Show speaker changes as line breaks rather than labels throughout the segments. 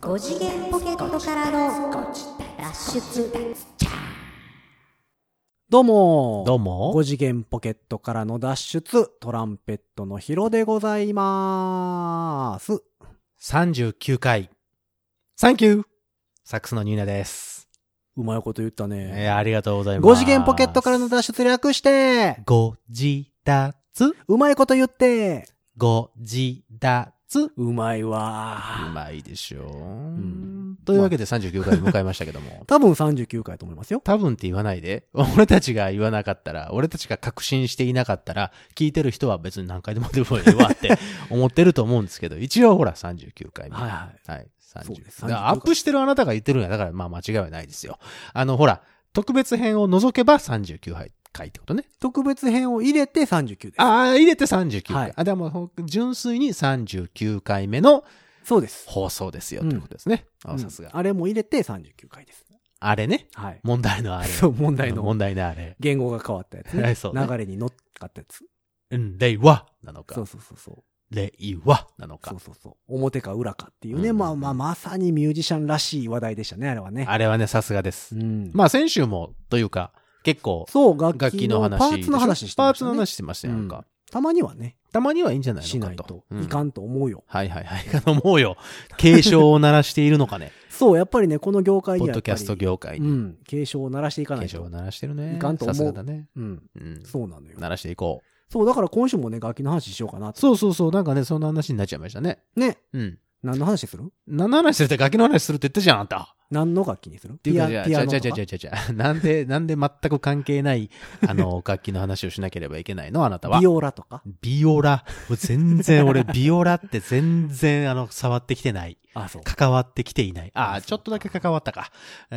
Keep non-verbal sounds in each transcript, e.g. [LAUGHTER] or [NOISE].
5次元ポケットからの脱出
どうも
どうも
5次元ポケットからの脱出、トランペットのヒロでございまーす。
39回。サンキューサックスのニーナです。
うまいこと言った
え
ね。
ー、ありがとうございます。
5次元ポケットからの脱出略して、
ご自立
うまいこと言って、
ご自立
うまいうわー。
まいでしょう、
ん
というわけで39回迎えましたけど [LAUGHS] も。
多分39回と思いますよ。
多分って言わないで。俺たちが言わなかったら、俺たちが確信していなかったら、聞いてる人は別に何回でもでもいいわって思ってると思うんですけど、一応ほら39回目。
はいはい。
はい。30
そうです
だから
39
アップしてるあなたが言ってるんや。だからまあ間違いはないですよ。あの、ほら、特別編を除けば39回回ってことね。
特別編を入れて39です。
ああ、入れて39回。
はい
あ、でもほん純粋に39回目の
そうです。
放送ですよ、ということですね。あ
うん
さすが。
あれも入れて39回です。
あれね。
はい。
問題のあれ。
そう、問題の
問題のあれ。
言語が変わったやつ
は
ね。
い [LAUGHS] そうね
流れに乗っかったやつ。
うん、令和なの
そ
か
う。そうそうそう。
令和なのか
そう。そうそう。表か裏かっていうね。
うん
まあまあ、まさにミュージシャンらしい話題でしたね、あれはね。
あれはね、さすがで
う
す。
ん。
まあ先週も、というか、結構、
そう、楽
楽器
器
の
の
話。
パーツの話して
パー
まし
ツ
た
の
ね。
話してましたやんか。
たまにはね、
たまにはいいんじゃない
し
の
な
か
い
と。
と
うん
いかんと思うよ。
はいはいはい。あの、もうよ、警鐘を鳴らしているのかね。
そう、やっぱりね、この業界
ポ
には
ッ
やっ
ドキ
ぱり。
ャスト業界
う
に。
ん。警鐘を鳴らしていか
警
ない
鐘を
と。
鳴らしてるね。
いかんと思う
さすがだね。
うん。
うん。
そうなのよ。
鳴らしていこう。
そう、だから今週もね、楽器の話しようかなと。
そうそうそう。なんかね、そんな話になっちゃいましたね。
ね。
うん。
何の話する
何の話するって楽器の話するって言ったじゃん、あんた。
何の楽器にする
っていう
ピア
か、じゃあ、じ
ピ
ゃ
ア
あ、
ノ
じゃあ、
と
じゃあ、
か
じゃあじゃあ、なんで、なんで全く関係ない、あの、楽器の話をしなければいけないの、あなたは
ビ。オラとか
ビオラ。もう全然、俺、ビオラって全然、あの、触ってきてない。
あ、そう。
関わってきていない。ああ、
そう
ちょっとだけ関わったか。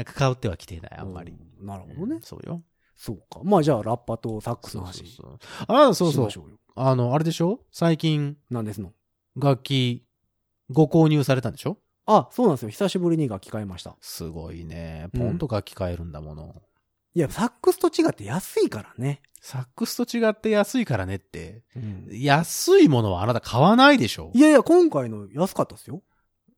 関わってはきていない、あんまり。
うん。なるほどね。
そうよ。
そうか。まあじゃあ、ラッパとサックス
そ
の
う
話
そう
し
そう。ああ、そうそ
ま
う
し。ょうよ。
あの、あれでしょ最近、
何ですの
楽器、ご購入されたんでしょ
あ、そうなんですよ。久しぶりに楽器買いました。
すごいね。
うん
ポンと楽器買えるんだもの。
いや、サックスと違って安いからね。
サックスと違って安いからねって。
うん
安いものはあなた買わないでしょ
いやいや、今回の安かったですよ。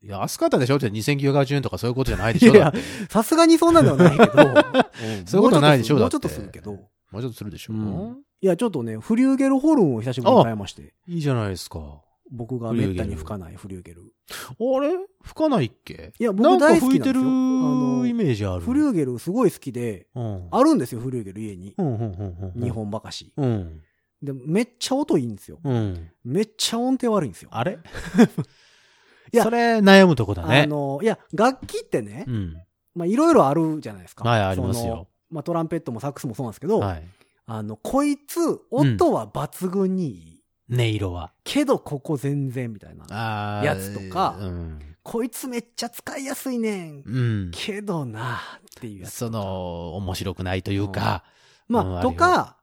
安かったでしょって2980円とかそういうことじゃないでしょ
いや
だって
さすがにそんなんではないけ
[LAUGHS]
ど。ん
そういうことはないでしょ
も
だ
う
っ
ち
て
ょっとするもうちょっとするけど。
もうちょっとするでしょ、
うんいや、ちょっとね、フリューゲルホルンを久しぶりに買いまして。
いいじゃないですか。
僕がめったに吹かないフリューゲル。
あれ吹かないっけ
いや、僕
なんか
大好
吹
きな
い
んで
て
す
る
よ。あ
イ
の、
メージある。
フリューゲルすごい好きで、
うん。
あるんですよ、フリューゲル家に
う。んうんうんうん。
日。本ばかし。
うん。
で、めっちゃ音いいんですよ。
うん。
めっちゃ音程悪いんですよ。
あれ
[LAUGHS] いや
それ悩むとこだね。
あの、いや、楽器ってね
う、ん。
まあ、いろいろあるじゃないですか。
はい、あります
その
よ。。
まあ、トランペットもサックスもそうなんですけど、
はい。
あの、こいつ、音は抜群にいい。
音色は。
けど、ここ全然、みたいな。
あー
やつとか
うん。
こいつめっちゃ使いやすいねん。
うん。
けどなあっていうやつ。
その、面白くないというか。うん
ま
あ
あ、
るよ
とか、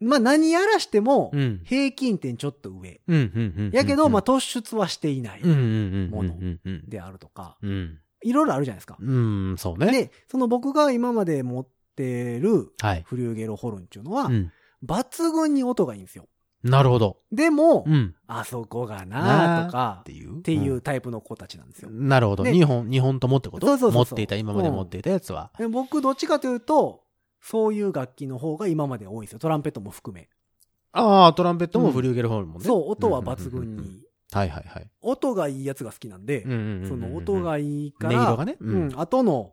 まあ、何やらしても
う、ん。
平均点ちょっと上。
うん、うん、うん。
やけど、まあ、
あ、
突出はしていない
うん、うん、うん。
もの
うん、うん。
であるとか、
うん。
いろいろあるじゃないですか。
うん、そうね。
で、その僕が今まで持ってる
はい。
フリューゲロホルンっていうのは
う、ん。
抜群に音がいいんですよ。
なるほど。
でも
う、ん。
あそこがなあとか、
いう。っ
っていうタイプの子たちなんですよ。
なるほど。
で
日本、日本ともってこと
そうそうそうそう
持っていた、今まで持っていたやつは。
で僕、どっちかというと、そういう楽器の方が今まで多いんですよ。トランペットも含め。
ああ、トランペットもフリューゲルホルンもね。
そう、音は抜群
うんうんうんうん。
に。
はいはいはい。
音がいいやつが好きなんで
うん、うんうんうん
その音がいいか
音色が
ら、
ね。
うん、後の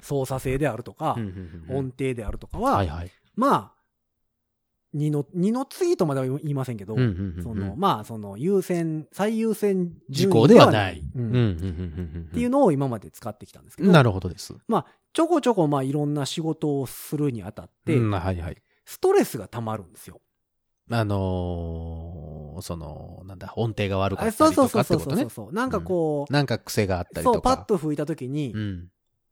操作性であるとか
う、んうん
音程であるとか
は、
はい
はい。
まあ、二の、二の次とまでは言いませんけど
うんう、んうん
その、まあ、その優先、最優先
事
順
故
位
ではない。
う
うんんうんうんうんうん
っていうのを今まで使ってきたんですけど、
なるほどです。
まあ、ちょこちょこまあいろんな仕事をするにあたって、
うんはいはい。
ストレスが溜まるんですよ。
あのー、その、なんだ、音程が悪か
あ
っ
そ
た
う
り
そう
と
そ
か
う
っ
そ
て
う
こ
そ
と
う
ね
そう。。なんかこう、
なんか癖があったり
そ
と
う、パッ
か。
と吹いた時に、
うん。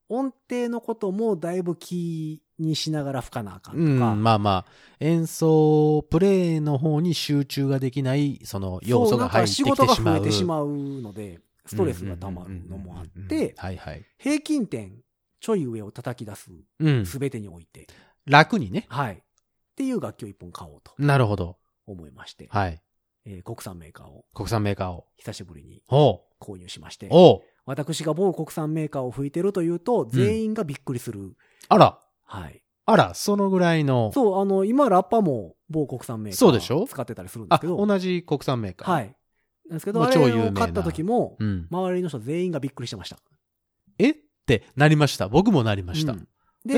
音程のこともだいぶ気にしながら吹かなあかんと
う
か、
ん、まあまあ、演奏、プレイの方に集中ができない、その要素が入ってきてしまう。
そうなんか仕事が増えてしまうので、ストレスが溜まるのもあ
うんうん
っ
うんうんうん
て、
はいはい。
平均点ちょい上を叩き出す、
うん。
すべてにおいて、
楽にね。
はい。っていう楽器を一本買おうと
なるほど。
思いまして。
はい。
えー国産メーカーを
国産メーカーを。
久しぶりに
おう。
購入しまして、
おう。
私が某国産メーカーを吹いてるというと、全員がびっくりする。
あら。
はい。
あら、そのぐらいの。
そう、あの、今ラッパも某国産メーカ
そうでし
ー
ょ
使ってたりするんで
あ、
すけど、
同じ国産メーカー。
はい。なんですけど、
もう
あれ
超有名な
を買った時も、
うん。
周りの人全員がびっくりしてました。
えってなりました。僕もなりました。
うん
え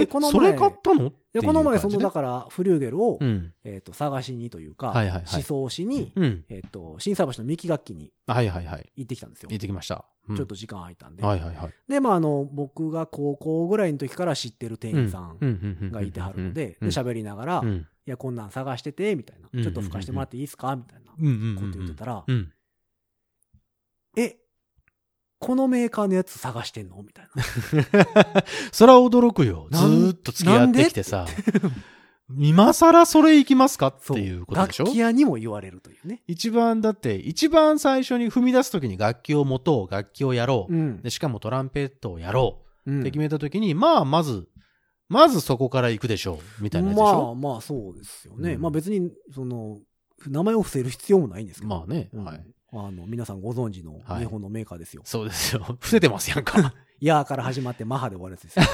で、この
そ
前、
れ買ったの
でこの前、その、だ
中
から、フリューゲルを、
うん。
えっと、探しにというか、
はいはいはい
思想しに、
うん。
えっと、震災橋の三木楽器に
はいはいはい。
行ってきたんですよ。
行ってきました。うん
ちょっと時間空いたんで。
はいはいはい。
で、まあ、あの、僕が高校ぐらいの時から知ってる店員さん
ん
がいてはるので、で
うん
喋りながら、
う
い
ん
や、こんなん探してて、みたいな
うん。
ちょっと吹かしてもらっていいですかみたいなこ
うんうんう
と
ん
言ってたら
う、ん。
え、このメーカーのやつ探してんのみたいな。
それは驚くよ。ず
なん
ーっと付き合ってきてさ。今更それ行きますか [LAUGHS] っていうことでしょ
楽器屋にも言われるというね。
一番だって、一番最初に踏み出すときに楽器を持とう、楽器をやろう、
ん
で。しかもトランペットをやろ
うん
うって決めたときに、まあ、まず、まずそこから行くでしょう、みたいなやつでし
まあ
ょ、
まあそうですよね。
うん
まあ別に、その、名前を伏せる必要もないんですけど。
まあね、
うん
はい。
あの、皆さんご存知の
はい
日本のメーカーですよ。
そうですよ。 [LAUGHS] 伏せてますやんか。 [LAUGHS]
ヤーから始まってマハで終わるやつですよ。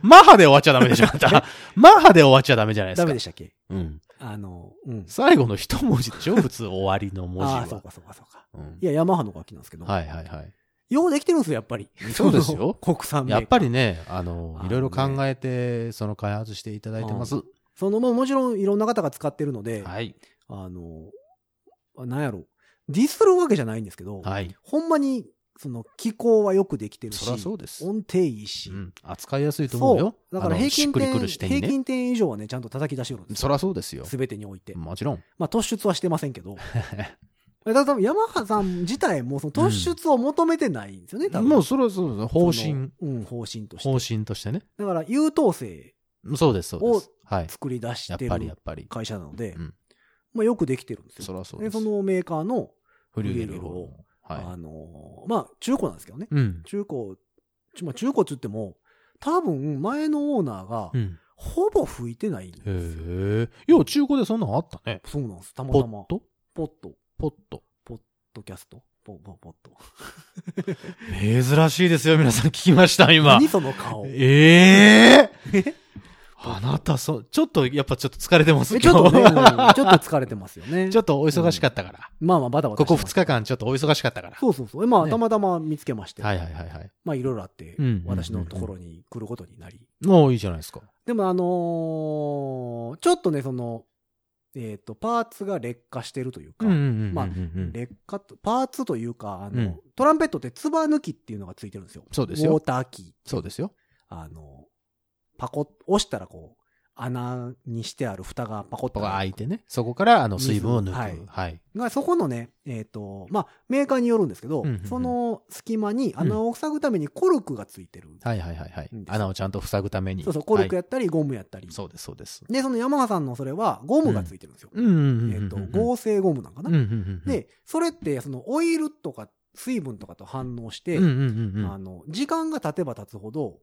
マハで終わっちゃダメでしょ、あんた。マハで終わっちゃダメじゃないです
ダ
か。
メでしたっけ
うん。
あの、うん。
最後の一文字でしょ、普通終わりの文字
あ
は。
あ、そうかそうかそうか。
うん
いや、ヤマハの楽器なんですけど。
はいはいはい。
ようできてるんですよ、やっぱり。
そうです
[LAUGHS]
よ
国産メーカ
や
ー
っぱりね、あの、
あのね
いろいろ考えて、その開発していただいてます。
その、まあもちろんいろんな方が使ってるので、
はい。
あの、あなんやろ、ディスるわけじゃないんですけど、
はい。
ほんまに、その、気候はよくできてるし、
そりゃそうです。
音程いいし、
うん。扱いやすいと思う
そ
よ。
う。だから
あの
平
しっ
均
くり
点、
くる視点に
平
ね。
均点以上はね、ちゃんと叩き出してるんです
そ
よ。
りゃそうですよ。
すべてにおいて。
もちろん。
まあ、突出はしてませんけど。 [LAUGHS] だから多分、ヤマハさん自体も、その突出を求めてないんですよね、多分。
もうそれはそうです。方
その
針。。
うん、方針として。
方針としてね。
だから、優等生
そうです、そうです。はい。
作り出し
やってぱりや
る
っぱり。
会社なので、
うん
まあ、よくできてるんです
そ
よ。
りゃそう
で、
で
そ
す。
のメーカーの、
フリューゲ
フリューゲ
ル
ルを
を。は
あのーまあ、中古なんですけどね。
い。うん。
中古、ちまあ、中古っつっても、多分、前のオーナーが
う、ん。
ほぼ吹いてないんですよ。
へえ。いや、中古でそんなのあったね。
そうなんです。たま
ポ
たま
ッ。ト
ポット、
ポット。
ポッドキャスト、ポポポット。
珍しいですよ、皆さん聞きました、今
何。その顔。え
ええあなた、そう、ちょっと、やっぱちょっと疲れてます、
ちょっと
[LAUGHS]
ね、うんちょっと
今日
疲れてますよね。
ちょっとお忙しかったから。
まあまあ、バタバタ
こ
して
こ
ます
2日間ちょっとお忙しかったから。
そうそうそう。まあ、
ね
たまたま見つけまして、
はいはいはいはい。
まあ、いろいろあって
うんうんうん、
私のところに来ることになり。
もういいじゃないですか。
でも、あのーちょっとね、その、えっと、パーツが劣化してるというか、
ん
まあ
ん
劣化と、パーツというか、あの、
うん
トランペットってつば抜きっていうのがついてるんですよ。
そうですよ
ウォーターキー。
そうですよ。
あの、パコッ、押したらこう、穴にしてある蓋がパコッ
ことこが
開
開
い
いてね。そこから、あの、水分を抜く。は
水
い
分。が、そこのね、えっ、と、まあ、メーカーによるんですけど、
うんうんうん
その隙間に穴を塞ぐためにコルクがついてる。
はいはいはいはい
いいんですよ
穴をちゃんと塞ぐために。
そうそう、コルク
や
やったり、ゴムやったり。
そうです、そうです。
で、そのヤマハさんのそれは、ゴムがついてるんですよ。
うんうんうん
えっ、
うんうん
と、合成ゴムなんかな。
うんうんうんうん、
で、それって、その、オイルとか、水分とかと反応して、
うんうんうんうん
あの、時間が経てば経つほど、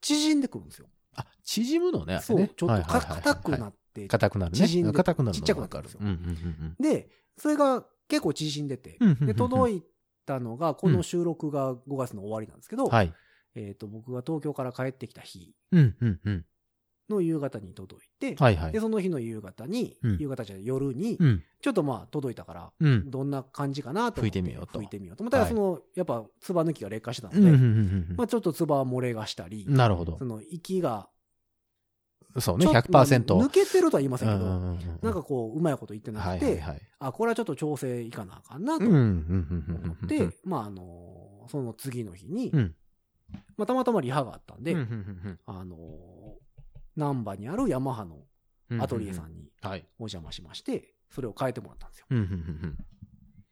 縮んでくるんですよ。
あ、縮むのね。あれね
そう、ちょっとか
はいはいはいはい
硬くなって。
硬くなるね。
縮んで
硬くなるの
ちっちゃくなってるん
わ
ですよ
うんうんうん
で、それが結構縮んでて
うんうんうんう、ん
で、届いたのが、この収録が5月の終わりなんですけ
う
ど
ん。、はい。
えっと、僕が東京から帰ってきた日
うんうんうん。
の夕方に届いて、
はいはい
で、。その日の夕方に
うん、
夕方じゃない夜に
う、ん
ちょっとまあ届いたから、
うん。
どんな感じかなと思って。
吹いてみようと
吹いてみようと思ったら、
はい
その、やっぱ、つば抜きが劣化してた
うんうんう
ので、
ん
まあちょっとつば漏れがしたり
うん。、なるほど
そ。の、息が、
そうね、
ちょっとまあ
100%。
抜けてるとは言いませんけ
う
ど、
んうんうん
なんかこう、うまいこと言ってな
は
く
いはい
て、
はい。
あ、これはちょっと調整いかなあかんなと
うんうんうんうん
思
うん。
って、まあ、あのその次の日に、
うん
まあ、たまたまリハがあったんで、
うんうんうん
あの難波にあるヤマハの
うん、
アトリエさんに
はい。
お邪魔しまして、それを変えてもらったんですよ。
うんうんうん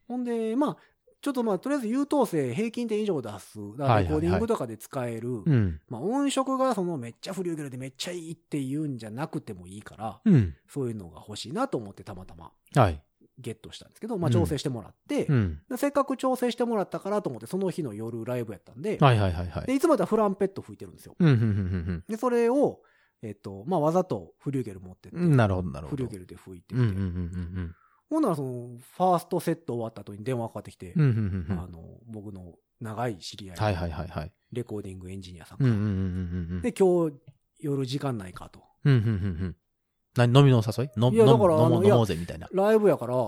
ほんで、まあ、ちょっとまあ、とりあえず優等生平均点以上出す、だか
は
ら
いはいはい
レコーディングとかで使える、
うんうん
まあ、音色がそのめっちゃフリューゲルでめっちゃいいって言うんじゃなくてもいいから、
うん。
そういうのが欲しいなと思ってたまたま
はい。
ゲットしたんですけど、ま
う
あ、
ん
調整してもらって、
うん。
でせっかく調整してもらったからと思って、その日の夜ライブやったんで、
はいはいはいは
で、
い。
いつもやったらフランペット吹いてるんですよ。
うんうんうん
で、それを、えっと、まあ、わざとフリューゲル持ってって、
うんうん。なるほどなるほ
フリ
ど。
ューゲルで吹いて
う
て、
んうんうんうんうん。
ほんならその、ファーストセット終わった後に電話かかってきて、
うんうんうんうん
あの、僕の長い知り合い、
はいはいはいはい。
レコーディングエンジニアさんか
うん
ら、
うんうんうんうん。
で、今日夜時間ないかと。
うんうんうんうん。何、飲みのお誘い飲
い
む
や
飲む
だからあの
飲もう
い
飲
や
もうぜみたいな。
ライブやから、あ
ん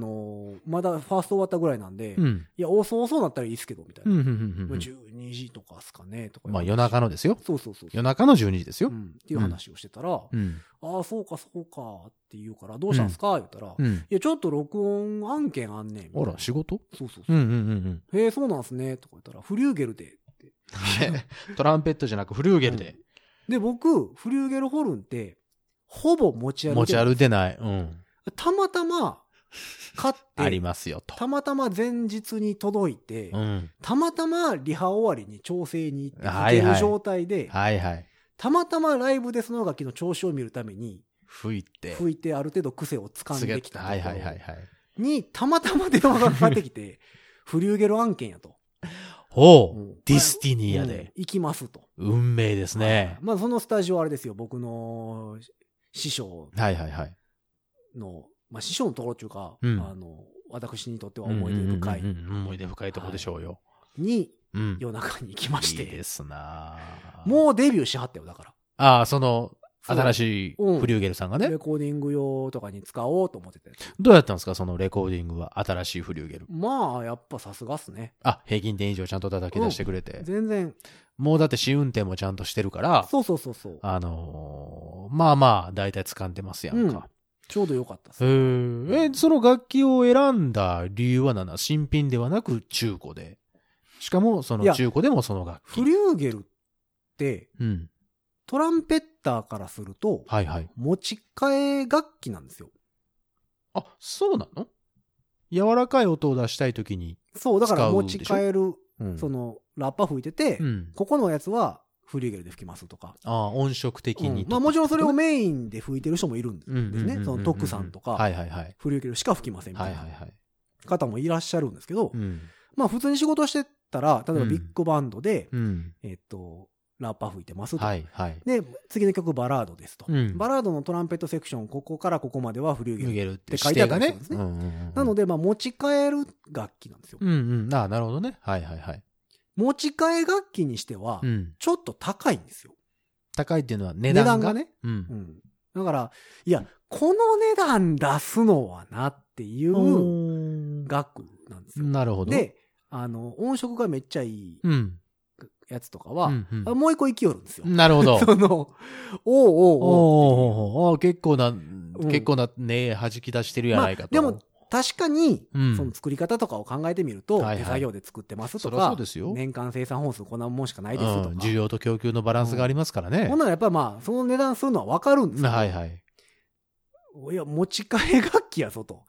の、まだファースト終わったぐらいなんで、
う
い
ん。
や、遅そうなったらいいっすけど、みたい
うん
な。
うんうんう
まあ
ん。
12時とかっすかね、とか。
まあ夜中
の。
のですよ。
そうそうそう。
夜中の12時ですよ
う。ん。っていう話をしてたら、
うん。
ああ、そうかそうかって言うから、どうしたんすか、言ったら、い
うん。
や、ちょっと録音案件あんねん。みたい
あ
な
ら、仕事
そうそう
う
そ
ん
う。
うんうん
へえ、そうなんすね。とか言ったら、フリューゲルで。
うん。 [LAUGHS] トランペットじゃなくフリューゲルで
で、僕、フリューゲルホルンって、ほぼ持ち歩いて
持ち歩いてない。うん。
たまたま、買っ
あり
て、
ますよと。
たまたま前日に届いて、
うん。
たまたまリハ終わりに調整に行って
は
弾
いはい
ける状態で、
はいはい。
たまたまライブでその楽器の調子を見るために、
吹いて。
吹いてある程度癖をつかん
すげ
できたところ
はいはいはいはい。
に、たまたま電話がかかってきて、 [LAUGHS] フリューゲル案件やと。
ほ
う
うんディスティ
い
ニアで。
行きますと。
運命ですね。
まあそのスタジオはあれですよ、僕の師匠
はいはいはい。
の、まあ師匠のところっていうか、
うん
あの、私にとっては思い出深い
うんうんうんうん思い出深いとこでしょうよ。
に
うん。
夜中に行きまし
いい
て
で、すなあ
もうデビューしはったよ、だから。
ああ、その、
そう
新しい
うん
フリューゲルさんがね
レ。コーディング用とかに使おうと思ってたやつ。
どうやったんですかそのレコーディングは。新しいフリューゲル。
まあ、やっぱさすがっすね。
あ、平均点以上ちゃんと叩き出してくれて。
全然。
もうだって試運転もちゃんとしてるから、
そうそうそうそう。
あのーまあまあ、だいたい掴んでますやんか。
ちょうどよかったっす。
へええ、その楽器を選んだ理由は何だ新品ではなく中古で。しかも、そ
い
の
や
中古でもその楽器。
フリューゲルって、
うん。
トランペッターからすると、
はいはい。
持ち替え楽器なんですよ。
あ、そうなの柔らかい音を出したいときに。
そう、だから
使う
持
でし
ち
ょ
替える、
うん
その、ラッパ吹いてて、
うん。
ここのやつはフリューゲルで吹きますとか。
ああ、音色的に
うん
と
まあもちろんそれをメインで吹いてる人もいるんです
うんうんうんうんうん
ね。その徳さんとか、
はいはいはい。
フリューゲルしか吹きませんみ
は
た
い
い
はい
な
はい。
方もいらっしゃるんですけど
う、ん。
まあ普通に仕事してたら、例えばビッグバンドで、
うん。
えっと、ラッパ吹いてますとか
はいはい。
で、次の曲バラードですと。
うん
バラードのトランペットセクション、ここからここまではフリューゲル。
脱げるって
書いてあったりす。
ねう
るんですね
んうんうん
なので、まあ、持ち替える楽器なんですよ。
うんうん。ああ、なるほどね。はいはいはい。
持ち替え楽器にしては
う、ん。
ちょっと高いんですよ。
高いっていうのは値
値
段が。
段がね。
う。
うんん。だから、いや、この値段出すのはなっていう
おー
楽なんですよ。
なるほど。
で、あの、音色がめっちゃいい
うん。
やつとかは、
うんうん
あもう一個生きよるんですよ。
なるほ
[LAUGHS]
ど。
その、おうおうお
おー
う
おーおー結構な、結構なね、弾き出してるや
ま
な
あ
いかと。
でも、確かに、
うん
その作り方とかを考えてみると、
はいはい
手作業で作ってますと
そりゃそ
か
うですよ、
年間生産本数こんなもんしかないですとか
うん、需要と供給のバランスがありますからね
ほん。ならやっぱりまあ、その値段するのはわかるんですけど、
はいはい。
いや、持ち替え楽器やぞと。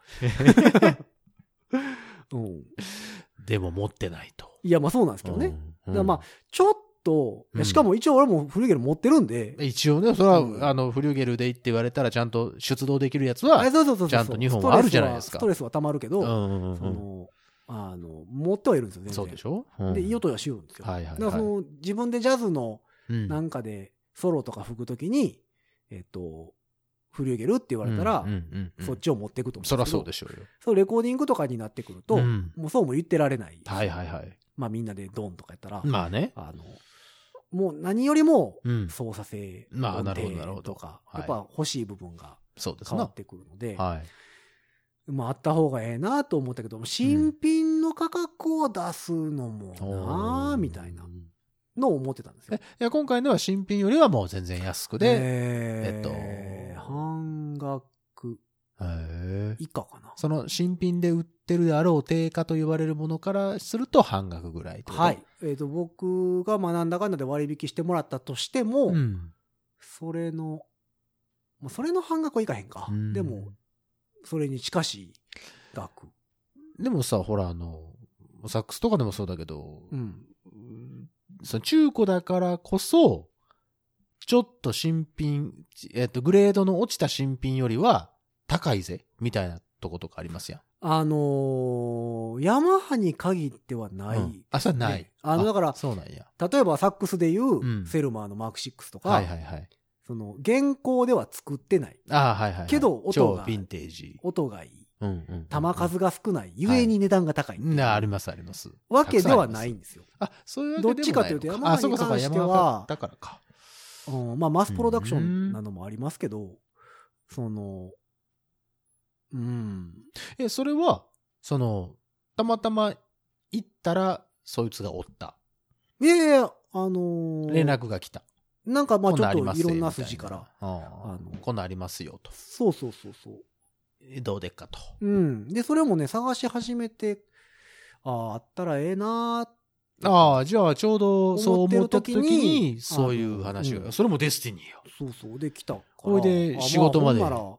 うん、
[LAUGHS] でも持ってないと。
いや、まあそうなんですけどね。
うん
だからまあ、ちょっと、いや
うん
しかも一応俺も古いゲル持ってるんで、
一応ね、それは、
うん
あの、フリューゲルでいいって言われたら、ちゃんと出動できるやつ
あ
は、
そうそうそうそう
ちゃんと日本はあるじゃないですか
ストレスはストレスは溜まるけ
う
ど、
んうん
そ
うん
の、あの、持ってはいるんですよ、全然。
そうでしょ、うん、
で、いい音はしよるんですよ。
はいはいは
だ
い
からその、自分でジャズの
うん
なんかでソロとか吹くときに、えっと、フリューゲルって言われたら、
うんうんうんうん
そっちを持っていくと思う
そりゃそうで
し
しょうよ。
そう、レコーディングとかになってくると、
うん
もうそうも言ってられない。
はいはいはい。
まあみんなでドンとかやったら、
まあね。
あの、もう何よりも
うん。
操作性、
まあ
音程
なるほどなるほど
とか、
はい
やっぱ欲しい部分が
そうです
変わ
な
っ。てくるので、
はい。
まああった方がええなと思ったけども、新品の価格を出すのもなあみたいなのを思ってたんですよ
え。、いや、今回のは新品よりはもう全然安くで、
え
えっと
半額
へえ
以下かな。
その新品で売ってるであろう定価と言われるものからすると半額ぐらいってこと
はい。。えっ、と、僕が学んだかんだで割引してもらったとしても、
うん。
それの、まあ、それの半額はいかへんか。
うん
でも、それに近しい額。
でもさ、ほら、あの、サックスとかでもそうだけど、
うん。
その中古だからこそ、ちょっと新品、えっと、グレードの落ちた新品よりは高いぜ、みたいなとことかありますやん。
あのーヤマハに限ってはない。
うんあ、それはない。
ねあのだから
そうなんや。
例えば、サックスでいう、
うん
セルマーのマーク6とか、
はいはいはい。
その、現行では作ってない。
ああ、はいはいはい。
けど音が
超ヴィンテージ。
音がいい。
うんうん。
玉数が少ない、ゆえに値段が高いっていう
な、ありますあります。
わけでは
たくさんあ
な
り
い
ます。
んですよ。
あ、そういうわけでもないの
どっちかというと山形
あそうかそうか
に関しては
山形だからか。
うん、まあ、マスプロダクションなのもありますけど、その、うん、
え、それは、その、たまたま行ったら、そいつがおった。
いやいやいや、あのー
連絡が来た。
なんかまあ
こ
ち
ん
ょ
んあり
っ
ま
と
す
い
よ
ろんな筋から。。
みたいなあ
あの
のこんなんありますよと。
そうそうそうそう。
えどうでっかと。
うん。で、それもね、探し始めて、ああ、あったらええなー
ああ、じゃあちょうどそう
思って
思っ
る
た時
時に
に、そういう話
あのう
が。
ん
それもデスティニーよ。
そうそう。で、来たから。
これで
ああ
仕事まで
あほんなら、ほ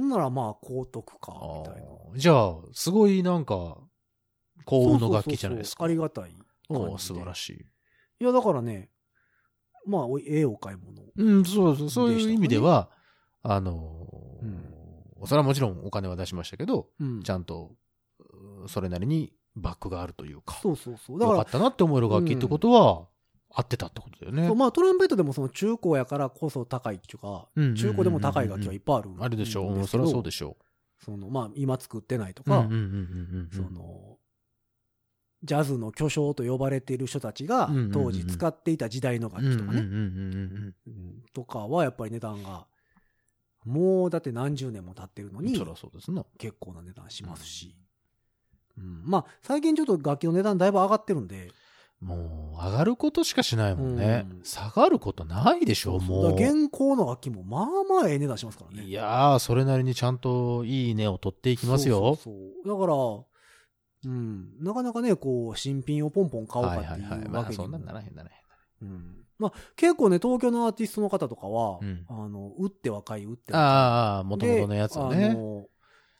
んならまあ、高得か、みたいな。
ああじゃあ、すごいなんか、幸運の楽器じゃない
そうそうそう
ですか。
そうありがたい感じで。
おお素晴らしい。
いや、だからね、まあ、おええお買い物。
うん、そうそう、そういう意味では、あのー
うん
それはもちろんお金は出しましたけど、
うん。
ちゃんと、うんそれなりにバックがあるというか、
そうそうそう。だ
良
か
からっ、たなって思える楽器ってことは、合ってたってことだよね。
そうまあ、トランペットでもその中古やからこそ高いっていうか、
うんうんうんうん
中古でも高い楽器はいっぱいあるんすけど。
あるでしょう。うんそれはそうでしょ
その、まあ、今作ってないと
う。
か、
うんうんうんうんうん
その、ジャズの巨匠と呼ばれている人たちが
うんうんうん
当時使っていた時代の楽器とか
うん
ね、
うんうんうんうん
うんとかはやっぱり値段が、もうだって何十年も経ってるの
うん
に
そ、りゃそうですな。
結構な値段しますし。うん、まあ、最近ちょっと楽器の値段だいぶ上がってるんで、
もう、上がることしかしないもんね
う。ん
下がることないでしょう、も
だから現行の楽器もまあまあええ値段しますから
う。
ね。
いやー、それなりにちゃんといいねを取っていきます
そ
よ。
うそうそうだから、うん、なかなかね、こう、新品をポンポン買おうか
は
っ
いはい
てい
はい。
う
ま
わ
あ、
けに
そんなん
も
ならへんならへん。
うんまあ、結構ね、東京のアーティストの方とかは、
うん
あの、打って若い、打って若
ああ、も
い。
と
で
もとのやつを
あ
ね。
の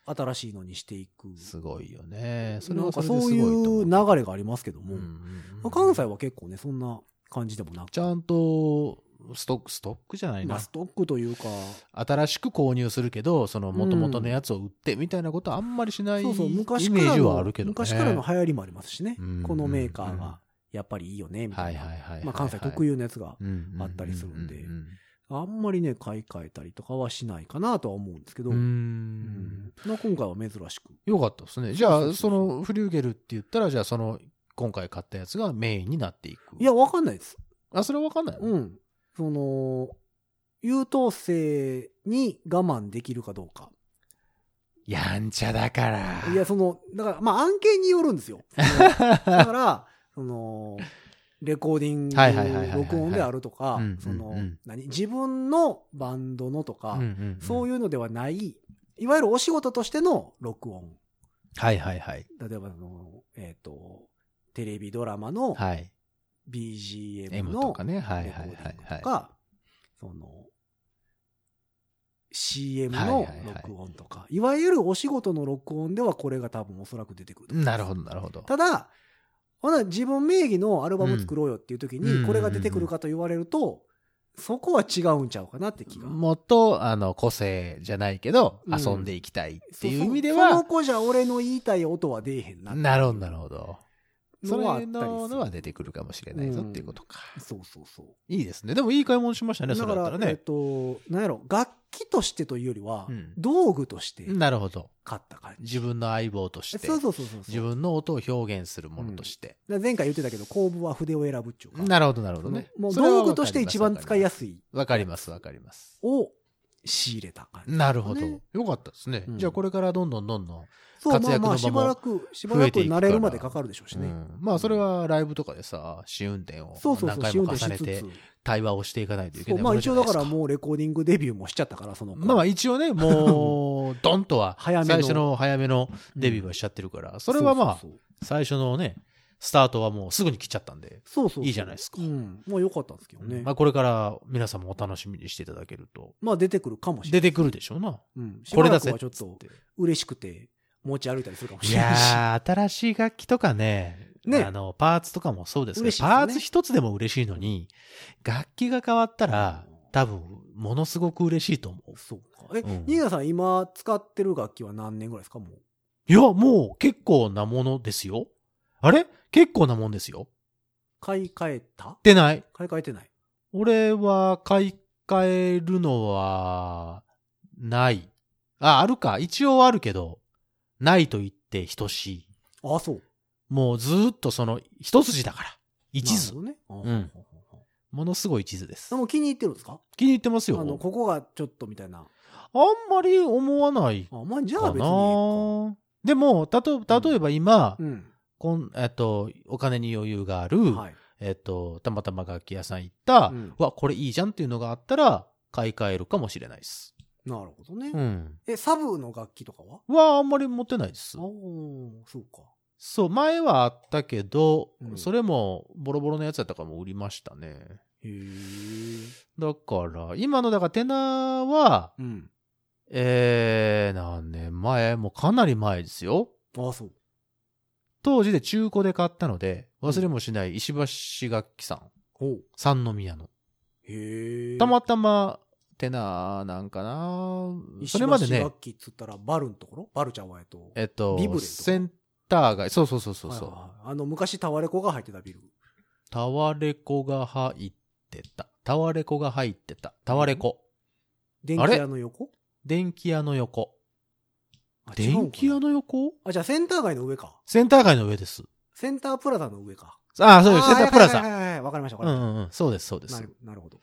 新しいのにしていく。
すごいよね。それ
な
は
んか
れ
そ
で
う
すご
い
と思
う流れがありますけど
う
も、
んうんう
まあ
ん
関西は結構ね、そんな感じでもなく、
ちゃんと、ストック、ストックじゃない
ま
な
あ、。ストックというか、
新しく購入するけど、その元々のやつを売ってみたいなことはあんまりしないイ
そ
メ
うそう、昔か
ー
ら
ジはあ
の、
るけどね。
昔からの流行りもありますしね、
うん
このメーカ
う
ー
んうん
がやっぱりいいよね、みた
はいい
な。
はいはいはい。
まあ、関西特有のやつが
あ
あったりするんであんまりね、買い替えたりとかはしないかなとは思うんですけど、
う
うん
ん。
まあ今回は珍しく。
よかったですね。じゃ
そ
あ、
うそ
そう
そう
のフリューゲルって言ったら、じゃあその、今回買ったやつがメインになっていく。
いや、、わかんないです。
あ、それはわかんないの
うん。その、優等生に我慢できるかどうか。
やんちゃだから。
いや、その、だから、まあ、案件によるんです
[LAUGHS]
よ。そのだから、その、レコーディン
はいはいはいはいは
グ、
い
録音であるとか
うんうんう、ん
その、何自分のバンドのとか、
[LAUGHS] うんうんうん
そういうのではない、いわゆるお仕事としての録音。
はいはいはい。
例えば、あの、えっ、と、テレビドラマの
はい。
BGM
M
の
とかね。はい
レコ
は
ー
い
ディングとか、
はいはい。
その、CM
はいはい
の
はい
録音とか、いわゆるお仕事の録音ではこれが多分おそらく出てくると思います
なるほどなるほど。
ただ、ほな自分名義のアルバム作ろうよっていう時
うん
に、これが出てくるかと言われると、そこは違うんちゃうかなって気が。
もっと、あの、個性じゃないけど、
うん
遊んでいきたいって
そう
い
そう
意味で
その
は、
子じゃ俺の言いたい音は出えへんなっていう
なるほどなるほど。そ
のはあった
れ
り
の
す
の
る
は出てくるかもしれないぞっていうことか。
そうそうそう。
いいですね。でもいい買い物しましたね、そ
だ
れ
か
だったら
ら、えっ
ね。
と、なんやろ、楽器としてというよりは
うん、
道具として
なるほど。
買った感じ。
自分の相棒として、
そうそうそうそう。
自分の音を表現するものとして。
だから前回言ってたけど、工部は筆を選ぶっちゅうか。
なるほど、なるほどね。
もう
それは
道具として一番使いや
い。
すい
わかります、わかります。
を仕入れた感じ。
なるほど。
ね
よかったですね。
うん
じゃあこれからどんどんどんどん。
そう、
活
まあ
躍の
ま
場も
あ、しばらく、しば
増
ら
え
く
ていくから
慣れるまでかかるでしょうし
う
ね。
んまあそれはライブとかでさ、試運転を
そうそう
何
そう、
回
試運
も
転
重
し
ね
つ
て
つ。
対話をしていかないといけ
そう
な
ま
いも
あ
の
一
じゃ
応
ない
だ
です
か
か。
らもうレコーディングデビューもしちゃったから、その子
まあまあ一応ね、もう、ドンとは、
[LAUGHS] 早めの
最初の早めのデビュー
うん
はしちゃってるから、それはまあ
そ、うそう
最初のね、スタートはもうすぐに来ちゃったんで、
そうそうそう。
いいじゃないですか
うん。まあ良かったんですけどね。
まあこれから皆さんもお楽しみにしていただけると、
まあ出てくるかもしれな
出
い。
てくるでしょうな。
うん。し
こ
ば
れだ
らく
ぜ
はちょっ
っ
と
て
嬉しくて持ち歩いたりするかもし
い
れないし。
や [LAUGHS] ー、新しい楽器とかね、
ね
あの、パーツとかもそうですけど、
嬉しいですね
パーツ一つでも嬉しいのに、楽器が変わったら、多分、ものすごく嬉しいと思う。
そうか。え、
うん
新潟さん今使ってる楽器は何年ぐらいですかもう。
いや、もう結構なものですよ。あれ結構なもんですよ。
買い替えた
でない。
買い替えてない。
俺は買い替えるのは、ない。あ、あるか。一応あるけど、ないと言って等しい。
あ、そう。
もうずーっとその一筋だから。一
な
途
る。ほどね。
んものすごい一途です
で。も気に入ってるんですか
気に入ってます
あ
よ。
の、ここがちょっとみたいな。
あんまり思わない
あ、まあじゃあ
か
別にいいか。
な。でも、たと、例えば今、
うん。
こん、えっと、お金に余裕がある、
はい。
えっと、たまたま楽器屋さん行った、
うん
わ、これいいじゃんっていうのがあったら、買い替えるかもしれないです。
なるほどね
う。ん。
え、サブの楽器とかは
は、あんまり持ってないです
あ。あ、そうか。
そう、前はあったけど、
うん
それもボロボロのやつだったからもう売りましたね。
へえ。
だから、今のだからテナーは、
うん。
えー、何年前もうかなり前ですよ。
あ、そう。
当時で中古で買ったので、忘れもしない石橋楽器さん、
ほう。
三宮の。
へえ。
たまたま、テナーなんかなそ
石
れ
橋
までね
楽、器っつったら、バルのところバルちゃんはえっと。
えっと
ビブレ、とか
センター街、そうそうそうそうそう、
はいはいはいあの、昔タワレコが入ってたビル。
タワレコが入ってた。タワレコが入ってた。タワレコ。
電
あ
気
れ
屋の横
電気屋の横。
あ違うのかな
電気屋の横
あ、じゃあセンター街の上か。
センター街の上です。
センタープラザの上か。
ああ、そうです。センタープラ
あはい
ザ。
はいはいはいわかりました、わ
うん
か
う
りま
んうん。そうです、そうで
した。な
す。
るなるほど。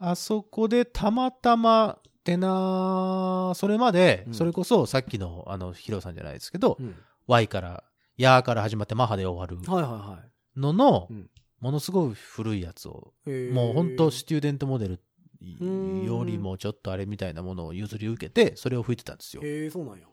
あそこでたまたま、てなーそれまで、
うん
それこそさっきの、あの、ヒロさんじゃないですけど、
うん
Y から、ヤーから始まってマハで終わる
はいはいは
のの、
うん
ものすごい古いやつを、
い。へー
もうほんとスチューデントモデルよりもちょっとあれみたいなものを譲り受けて、それを吹いてたんですよ。
へえ、そうなんや。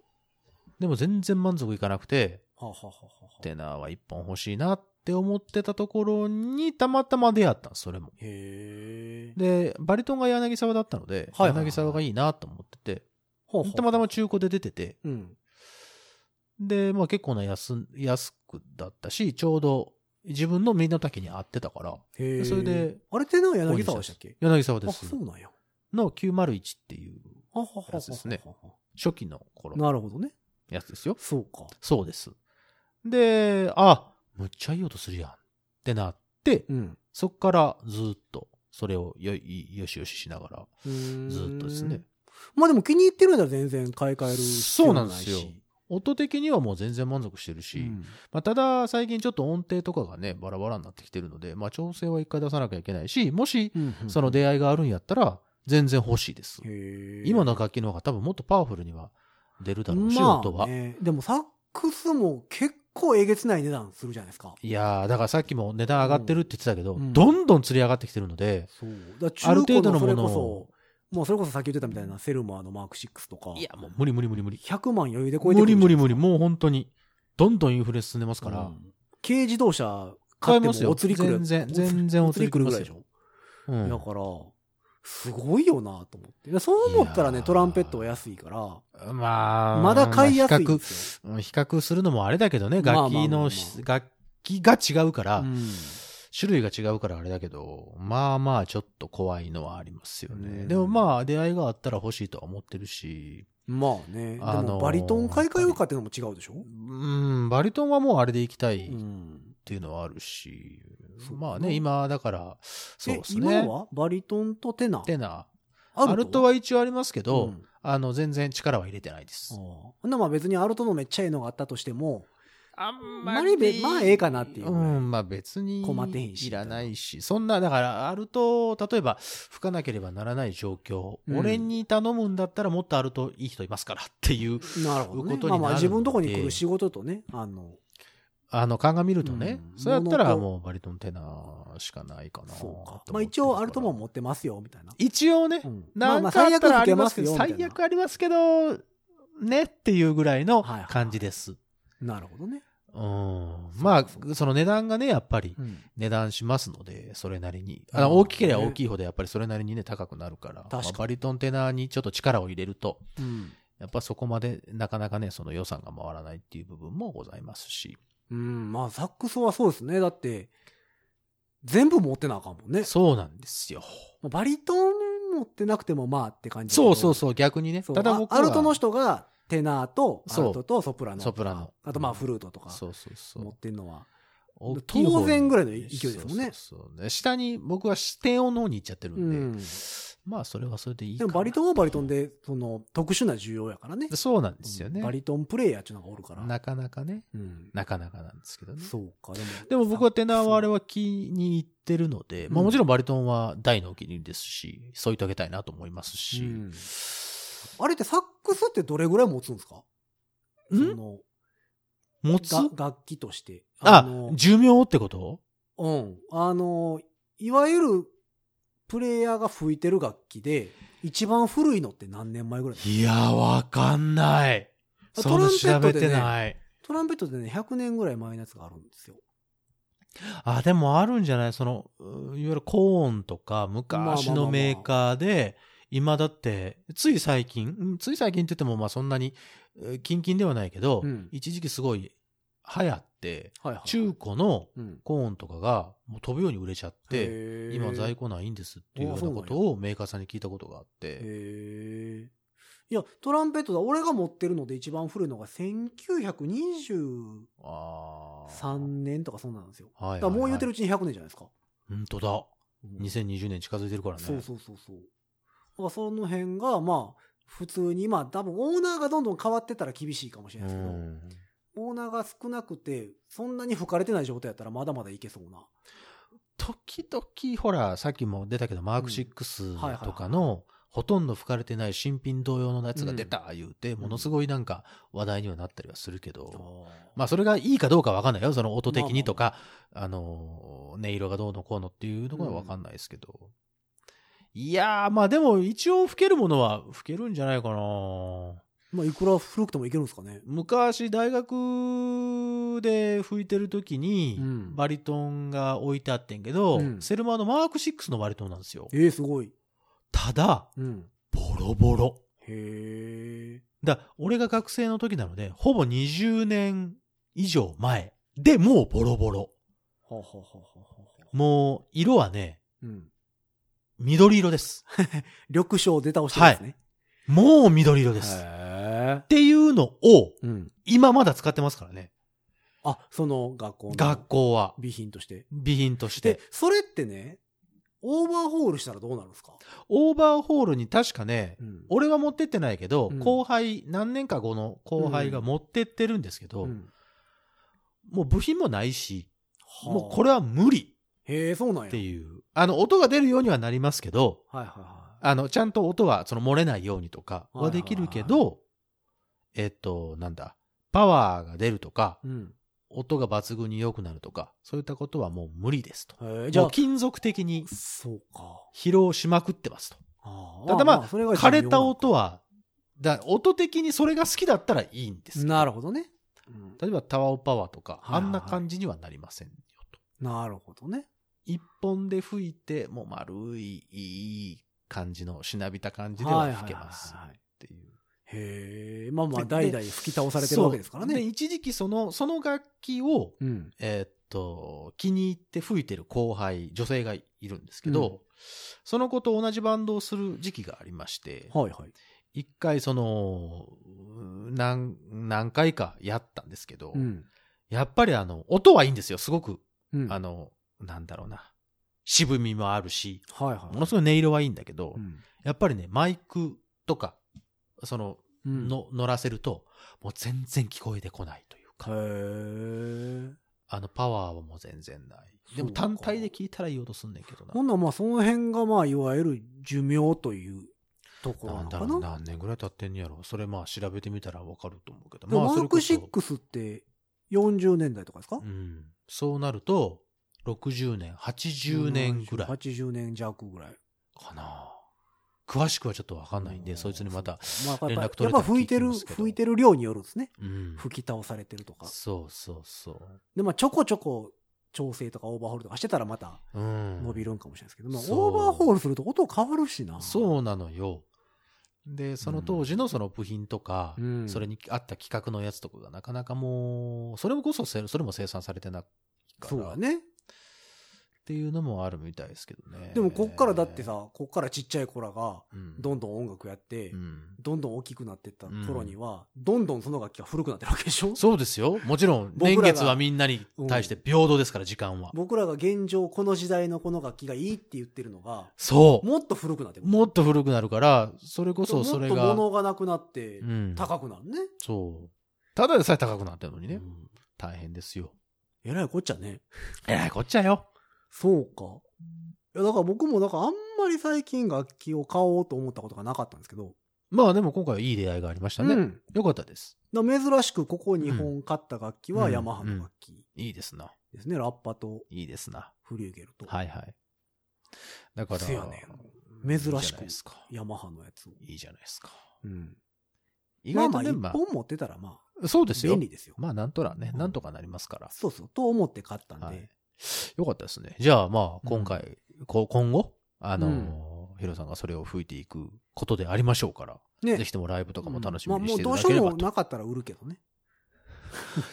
でも全然満足いかなくて、
はあ、はあはあはあ、
テナーは一本欲しいなって思ってたところにたまたま出会ったんですそれも。
へえ。
で、バリトンが柳沢だったので、
はいはいはい
柳沢がいいなと思ってて、
ほうほう
たまたま中古で出てて、
うん。
で、まあ結構な安ん、安くだったし、ちょうど自分の身の丈に合ってたから、
へえ。
それで、
あれってな、柳沢でしたっけ
柳沢で
あ、
す
そ。うなんや。
の901っていう
はあはあはあ
やつですね
はあは
初期の
あ
頃の
なるほどね。
やつですよ。
そうか。
そうです。で、あ、むっちゃいい音するやんってなって、
うん。
そっからずっとそれをよよしよししながら
ず
ずっとですね。。
まあでも気に入ってるなら全然買い替える必要もし
そうなんですよ音的にはもう全然満足してるし、
うん
まあ、ただ最近ちょっと音程とかがねバラバラになってきてるので、まあ、調整は一回出さなきゃいけないしもし
うんうん
その出会いがあるんやったら全然欲しいです、
へえ
今の楽器の方が多分もっとパワフルには出るだろうし、
ま
音
あ
は、
ね、でもサックスも結構えげつない値段するじゃないですか。
いやーだからさっきも値段上がってるって言ってたけど、
うん
どんどん釣り上がってきてるので、
そう。だ
あ
から
る
中古
程度の
のそ
も
れ
の
こ
を
そ、もうそれこそさっき言ってたみたいなセルマーのマーク6とか、
いやもう無理無理無理無理
100万余裕で超えてくるじ
無理
ゃん
無理無理もう本当にどんどんインフレ進んでますから、
うん軽自動車買
買え
って
ます
も
よ
お釣り来る。
全然全然
お釣り来る
お
ぐら
釣
い
り
で
来
し
ます
ょ。
うん
だから、すごいよなと思って。でそう思ったら
い
ね、
やー
トランペットは安いから、
まあ、
まだ買いやすい
まあ
ん
比
です
較、比較するのもあれだけどね、
まあまあ
楽器
まあま
の
あ
し、楽器が違うから、
よ。うん
種類が違うからあれだけど、まあまあちょっと怖いのはありますよ
う
ね。
ん
でもまあ出会いがあったら欲しいとは思ってるし、
まあね、
あのー
でもバリトン買い替えようかっていうのも違うでしょ
うん、バリトンはもうあれで行きたいっ
うん
ていうのはあるし、
そう
まあね、今だから、そうです
え
ね
今。はバリトンとテナー。
テナー。アルトは一応ありますけど、
うん
あの、全然力は入れてないです。
ああほんならまあ別にアルトのめっちゃええのがあったとしても、
あん
まりべまあええかなっていうぐらい
うん、まあ別に。
困ってへんし
いらないし。そんな、だから、あると、例えば、吹かなければならない状況。
うん
俺に頼むんだったら、もっとあるといい人いますからっていう、
なるほど、
いう
ね。
ことになるので
まあまあ自分のとこに来る仕事とね、あの、
あの、鑑みるとね。
うん
そうやったら、
ものと
もうバリトンテナーしかないかな。
そうか。
と
まあ
思ってる
一応アルトも持ってますよ、みたいな。
一応ね
う、ん
な
まあま
ん
あ
かあ
最
っ
悪
たら
吹
あり
けま
ます
す
け
よ、
ど、
みたい
最
な。
悪ありますけど、ねっていうぐらいの感じです。
なるほどね。
うん。
そう
ま
そ
あ、その値段がね、やっぱり、値段しますので、それなりに。あの大きければ大きいほどやっぱりそれなりにね、高くなるから。
かに
まあバリトンテナーにちょっと力を入れると、
うん。
やっぱそこまでなかなかね、その予算が回らないっていう部分もございますし。
うん。まあサックスはそうですね。だって、全部持ってなあかんもんね。
そうなんですよ。
まあバリトン持ってなくてもまあって感じだけ
そ
ど。
うそうそう、逆にね。
そう。
ただ僕は。
あアルトの人がテナーと、ア
そう
ルトとソプラノとか。
ソプラノ
あとまあフルートとか
そうそうそ
持っ
う。
てんのは。
大きい方に
当然ぐらいの勢いですもんね
そうそうそうね下に、僕は低音の方に行っちゃってるんで、
うん
まあ、それはそれでいい
で
か
も
な。
バリトンはバリトンで、その、特殊な需要やからね。
そうなんですよね。
バリトンプレイヤーっていうのがおるから。
なかなかね。
うん。
なかなかなんですけどね。
そうか、でも。
でも僕はテナーはあれ
は。
は気に入ってるので、ま
う
あ
ん
もちろんバリトンは大のお気に入りですし、添い遂げたいなと思いますし、
うんあれってサックスってどれぐらい持つんですかそ
ん
の、
持つ
が楽器として。
あ
の、
寿命ってこと
うん。あの、いわゆる、プレイヤーが吹いてる楽器で、一番古いのって何年前ぐらい
いや、わかんない。
あ
そんな
トラ
調
ンペッ
べ
トでね
てない。
トランペットでね、100年ぐらい前のやつがあるんですよ。
あ、でもあるんじゃないその、ういわゆるコーンとか、昔のメーカーで、今だって、つい最近、うんつい最近って言っても、まあそんなに、うキンキンではないけど、
うん
一時期すごい流行って、
はいはい。
中古の
うん。
コーンとかがもう飛ぶように売れちゃって、
へー
今在庫ないんですっていうようなこと
あそう
をメーカーさんに聞いたことがあって、
へえ。いや、トランペットだ。俺が持ってるので一番古いのが1923
ああ。
年とかそんなんですよ。
はいはいはい
だからもう言うてるうちに100年じゃないですか。
本当だ。
うん
2020年近づいてるからね。
そうそうそうそう。だからその辺が、まあ、普通に、まあ多分オーナーがどんどん変わってたら厳しいかもしれないですけど、
ん
オーナーが少なくて、そんなに吹かれてない状態やったらまだまだいけそうな。
時々、ほら、さっきも出たけど、マーク
うんはいはい
6
はい
とかの、ほとんど吹かれてない新品同様のやつが出た、言うて、ものすごいなんか話題にはなったりはするけど、まあそれがいいかどうかわかんないよ。その音的にとか、あの、音色がどうのこうのっていうのがわかんないですけど。いやー、まあでも一応吹けるものは吹けるんじゃないかな
まあ、いくら古くてもいけるんですかね。
昔大学で吹いてる時に、
うん
バリトンが置いてあってんけど、
うん
セルマのマーク6のバリトンなんですよ。
ええすごい。
ただ、
うん。
ボロボロ。
へえ。
だ、俺が学生の時なので、ほぼ20年以上前でもうボロボロ。
ははははは
もう、色はね、
うん。
緑色です。
緑章出倒してますね。
もう緑色です。っ
へ
ていうのを、
え。うん。
今まだ使ってますからね。
あ、その学校の。
学校は、
備品として。
備品とし
で
て。、
それってね、オーバーホールしたらどうなるんですか
オーバーホールに確かね、
ん
俺は持ってってないけど、
うん
後輩、何年か後の後輩が持ってってるんですけど、
うん
もう部品もないし、
はあ
もうこれは無理
へえ、そうなんや。
っていう。あの、音が出るようにはなりますけど、
はいはいは
あの、ちゃんと音は、その漏れないようにとかはできるけ
はい
ど、えっと、なんだ、パワーが出るとか、
い。うん。
音が抜群に良くなるとか、そういったことはもう無理ですと。
へえ、じ
じ
ゃ
ゃあ、
あ、
金属的に
そうか。
疲労しまくってますと。
あ
ただまあ
それが重要
枯れた音は、だ音的にそれが好きだったらいいんですけど
なるほどね。うん
例えばタワーパワーとか、
はいはい
あんな感じにはなりませんよと。
なるほどね。
一本で吹いて、もう丸い、いい感じの、しなびた感じで
は
はい
はい
吹
はい
けます
はい
っていう。
へえ、まあまあ、
で
代々吹き倒されてるわけですから
そうで、
ね。
一時期その、その楽器を、
うん。
えーっと、気に入って吹いてる後輩、女性がいるんですけど、
う
その子と同じバンドをする時期がありまして、
はいはい。
一回その、うー何、何回かやったんですけど、
うん。
やっぱりあの、音はいいんですよ、すごく。
うん。
あ
はい
の、なんだろうな。渋みもあるし、
はい。
ものすごい音色はいいんだけど、
うん
やっぱりね、マイクとか、その、
うん
の、乗らせると、もう全然聞こえてこないという
へ
か、
え。
あの、パワーはもう全然ない。でも
そうか
単体で聞いたらいい音すんねんけどな
ほ。んならまあその辺がまあいわゆる寿命というところな
なん
の
だ
か
ろ
な。
う、何年ぐらい経ってんねやろ。それまあ調べてみたらわかると思うけど。
でも
まあ、
マ
そ
ー
れ
ク
こそ
6って40年代とかですか
うん。そうなると、60年、80年ぐらい
80年弱ぐらい。
かな。詳しくはちょっとわかんないん
うん
で、そいつにまた、
まあ、やっぱ
連絡
やっ
取れたら
ぱ吹いて
聞き
る、
ますけど
吹いてる量によるんですね。
うん。
吹き倒されてるとか。
そうそうそう。
で、まあちょこちょこ調整とかオーバーホールとかしてたらまた
うん。
伸びるんかもしれないですけど、まあ
そう
オーバーホールすると音変わるしな。
そうなのよ。で、その当時のその部品とか、
うん
それに合った企画のやつとかがなかなかもう、それもこそせそれも生産されてな
そう
だ
だね。
っていうのもあるみたいですけどね。
でもこっからだってさ、、こっからちっちゃい子らが、
うん、
ど
ん、
んどん音楽やって、
うん、
どんどん大きくなってった頃には、どんどんその楽器が古くなってるわけでしょ
そうですよ。もちろん、
僕ら
年
が
月はみんなに対して平等ですから、時間は。
僕らが現状この時代のこの楽器がいいって言ってるのが、
そう。
もっと古くなってる。
もっと古くなるから、それこそそ
もっ
れ
と
が、
物がなくなって
う、ん、
高くなるね。
そう。ただでさえ高くなってるのにね、
うん
大変ですよ。
えらいこっちゃね。
えらいこっちゃよ。
そうか。いや、だから僕もなんかあんまり最近楽器を買おうと思ったことがなかったんですけど。
まあでも今回はいい出会いがありましたね。
うん
よかったです。
だから珍しくここ2本買った楽器
う
は
ん
ヤマハの楽器
いいですな。
ですね。ラッパと
いいですな。
フリューゲルと。
はいはい。だから、
せやねん。珍
いいじ
し
ゃな
く
いですか。
ヤマハのやつを。
いいじゃないですか。
うん。
意
まあ
外
ま
と
あ、
ね、
一
まあ、
本持ってたらま
そう
あ、
ですよ
便。利ですよ。
まあなんとらね、
うん
なんとかなりますから。
そうそう、と思って買ったんで。
はい、よかったですね。じゃあまあ今回、こ今後、あのーヒロさんがそれを吹いていくことでありましょうから、
ね
ぜひともライブとかも楽し
ま
み
あもう
にしてい
ど
た
う
だ
し
けれ
よ
ば
うも
と。
なかったら売るけどね。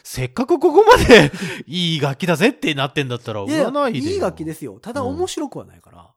せっかくここまでいい楽器だぜってなってんだったら、売
いや
ら
い
な
や
いでよ
いい楽器ですよ。ただ
うん
面白くはないから。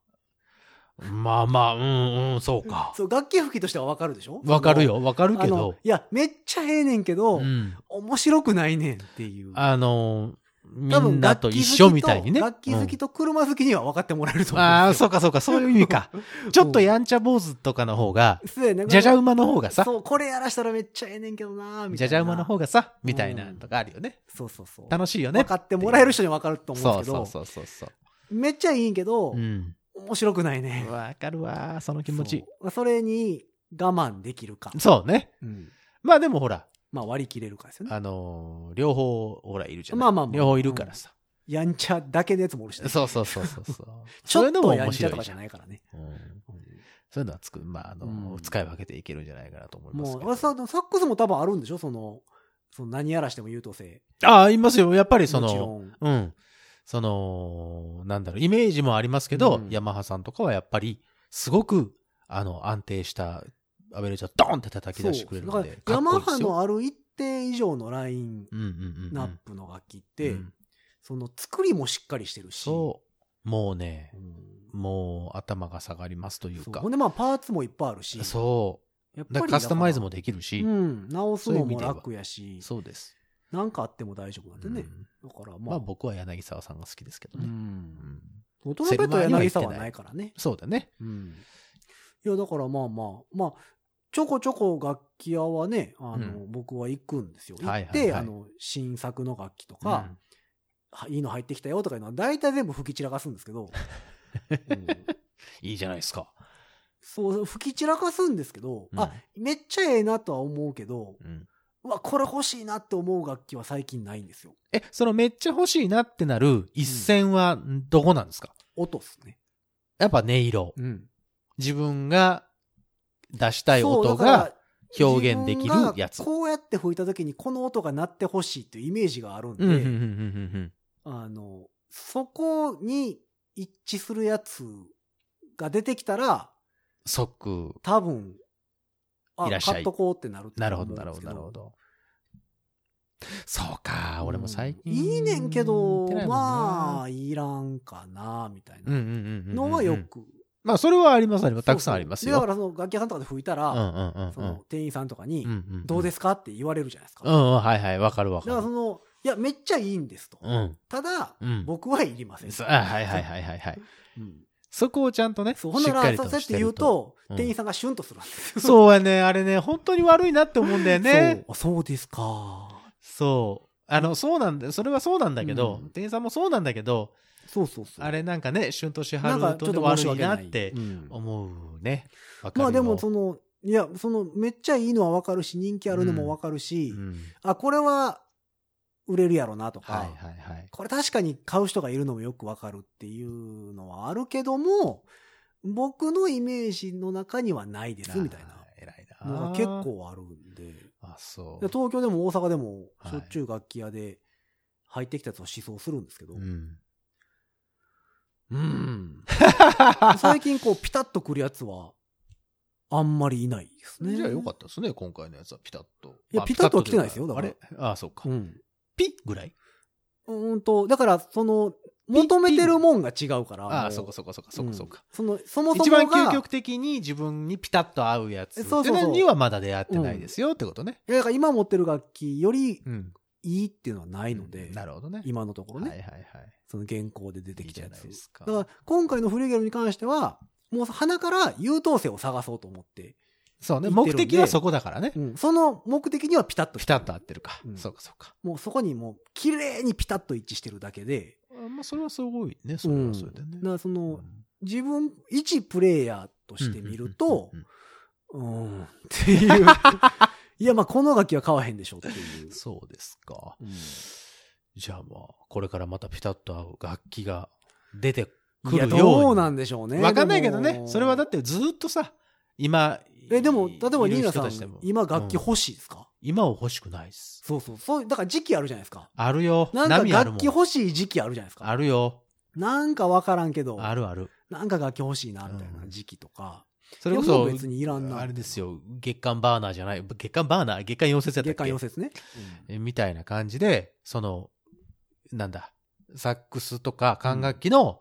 まあまあ、うんうん、そうか。
そう、楽器吹きとしてはわかるでしょ
わかる。よ、わか
そ
る
の
け
あの
ど。
いや、めっちゃええねんけど、
うん。
面白くないねんっていう。
あのー、
多
みん
分
な
楽
と
器好き
一緒みたいにね。
楽器好きと車好きには分かってもらえると
うん
思うんですよ。
ああ、そうかそうか、そういう意
[LAUGHS]
味か。ちょっとやんちゃ坊主とかの方が、
そうやね。
じゃじゃ馬の方がさ、
そう、これやらしたらめっちゃええねんけどなーみたいな。
じゃじゃ馬の方がさ、みたいな
うん
とかあるよね。
そうそうそう。
楽しいよね。
分かってもらえる人には分かると思うん
そ
で
う
すけ
そう
ど、
そうそうそう。
めっちゃいいんけど、
うん。
面白くないね。
わかるわー、その気持ち。
そうそれに我慢できるか。
そうね。
うん
まあでもほら、
まあ割り切れるかですよね。
あのー、両方、ほら、いるじゃん。
まあまあまあ
両方いるからさ。
やんちゃだけのやつもおるしね、
そうそうそうそうそう。
[LAUGHS] ちょっ
そう
と
いうのも
やん
面
ちゃ
白
と
い
か
じ
じ
ゃ
ゃ
ん。
ないからね。
うん
うん
そういうのはつく、まあ、あの、
うん
使い分けていけるんじゃないかなと思います
もう
け
あれ
ど。
さ、サックスも多分あるんでしょその、その何やらしても優等生。
ああ、いますよ。やっぱりそ
もちろ
の、
ん。
うん。その、なんだろう、イメージもありますけど、
うん
ヤマハさんとかはやっぱり、すごく、あの、安定した、アベレージをドーンって叩き出してくれるので、
だからヤマハ
の、
のある一定以上のライン
うんうんうんうん。
ナップの楽器って、
うん
その作りもしっかりしてるし。
そう。もうね
う、ん。
もう頭が下がりますという
そう
か
ほん。でまあパーツもいっぱいあるし。
そ
やっ
う。
ぱ
だ
りだから
からカスタマイズもできるし、
うん。直す
そういう
の
意味
も
では
楽やし、
そうです。
なんかあっても大丈夫なんでね
う。ん
だから
ま
ま
あ
あ、
僕は柳沢さんが好きですけど
う。
ね。うんん
トラベットは柳沢はないからね。
そうだね。
うん。いや、だからまあまあ、まあ、ちょこちょこ楽器屋はね、あの、
う
僕は行くんですよ。行って、
はいはいはい
あの、新作の楽器と
う
か
ん、
はいいの入ってきたよとかいうのは、大体全部吹き散らかすんですけ
[LAUGHS]
ど、うん
いいじゃないですか。
そう、吹き散らかすんですけど、
うん
あ、めっちゃええなとは思うけど、
うん
うわ、これ欲しいなって思う楽器は最近ないんですよ。
え、そのめっちゃ欲しいなってなる一線はどこなんですか、
音っすね。
やっぱ音色。
うん。
自分が出したい
そう
音
だから
が表現できるやつ。
自分がこうやって吹いた時にこの音が鳴ってほしいっていうイメージがあるんで、
うんうんうんうん
あの、そこに一致するやつが出てきたら、
即。
多分、あ、
いらっしゃい
買っとこうってなると
なる
思う
ほ
ん
ど、
ですけ
なるほど、なるほど。そうか、俺も最近。
いいねんけ
見
ど
てない、もんな
まあ、いらんかな、みたい
うんうん
な
うんうんうん。
のはよく。
まあ、それはあります、あります。たくさんありますよ。
そうそうでだからその楽器屋さんとかで吹いたら、
うんうんうんうん
その店員さんとかに、
うんうんうん。
どうですすかって言われるじゃないですか。
うん
だ
うん、はいはい、わかるわか
からそ
る。
の、いや、めっちゃいいんですと。
うん。
ただ、
うん。
僕はいりません。
そうあはいはいはいはいはい。
うん
そこをちゃんとね、し
そう、ほんな、
っからり
そ
と
うやっ
してて
言
る
う
と。
と、
うん
店員さんがシュンとするんですよ。
そうやね、あれね、本当に悪いなって思うんだよね。
そうそうですか。
そう。あの、そうなんだ、それはそうなんだけど
うん、
店員さんもそうなんだけど、
そうそうそう。
あれなんかね、シュンとしは
なんか
る
ちょ
と
っ
ね
と
悪
申し
い
訳な。
ないって
うん
思うね。わかるよ
まあでもその、いや、その、めっちゃいいのはわかるし、人気あるのもわかるし、
うん
あ、これは売れるやろなとか、
はいはいはい。
これ確かに買う人がいるのもよくわかるっていうのはあるけども、僕のイメージの中にはないですみたい
あ
な
ー。偉いな。
のが結。構あるんで、
あ、そう
で。東京でも大阪でも
はい
しょっちゅう楽器屋で入ってきたやつを思想するんですけど、
うん。
うん。最近こうピタッとくるやつはあんまりいないですね。
じゃあよかったですね、今回のやつはピタッと。
いや
まあ
ピタッとは来てないですよ
ピタッととうかあれあ、そうか
う。ん。
ピぐらい
うんと、だからその求めてるもんが違うから。
あ
も
あ、そこそこそこそこそこ。
その、そもそもが。
一番究極的に自分にピタッと合うやつって
そうそうそう
のにはまだ出会ってないですよってことね。
いやだから今持ってる楽器より
うん。
いいっていうのはないので、
なるほどね。
今のところね、
はいはいはい。
その原稿で出てきたや
いい
つ。
じゃないですか
だから今回のフリーゲルに関しては、もう鼻から優等生を探そうと思って、
そうね。
言ってる
目
んで
的はそこだからね
う。んその目的にはピタッと
ピタッと合ってるか
う。ん
そうかそうか。
もうそこにもう綺麗にピタッと一致してるだけで、
あまあ、それはすごいね。それはそれで
だ
ね
か。らその
うん
自分一プレイヤーとしてみると
うんうんうん、
うんっていう。 [LAUGHS] いやまあこの楽器は買わへんでしょうっていう
うん。そうですか。
うん
じゃあまあ、これからまたピタッと合う楽器が出てく
いや
るよ
ど
う
う
に。
なんでしょうね。
わかんないけど
で
ね。
も
それはだってずっとさ、今、
え、でも、
い
例えばニーナさ
いる人たちで
ん
も、
今楽器
うん
欲しいですか、
今は欲しくないっす。
そうそう。そう、だから時期あるじゃないですか。
あるよ。
なんか
波ある
楽
も
器
ん。
欲しい時期あるじゃないですか。
あるよ。
なんかわからんけど、
あるある。
なんか楽器欲しいな、みたいな
うん
時期とか。
それこ
いやも、
そう
別にいらんな。
あれですよ、月間バーナーじゃない、月間バーナー、月間溶接やったっけ
月間溶接ね。
えみたいな感じで、その、なんだ、サックスとか管楽器の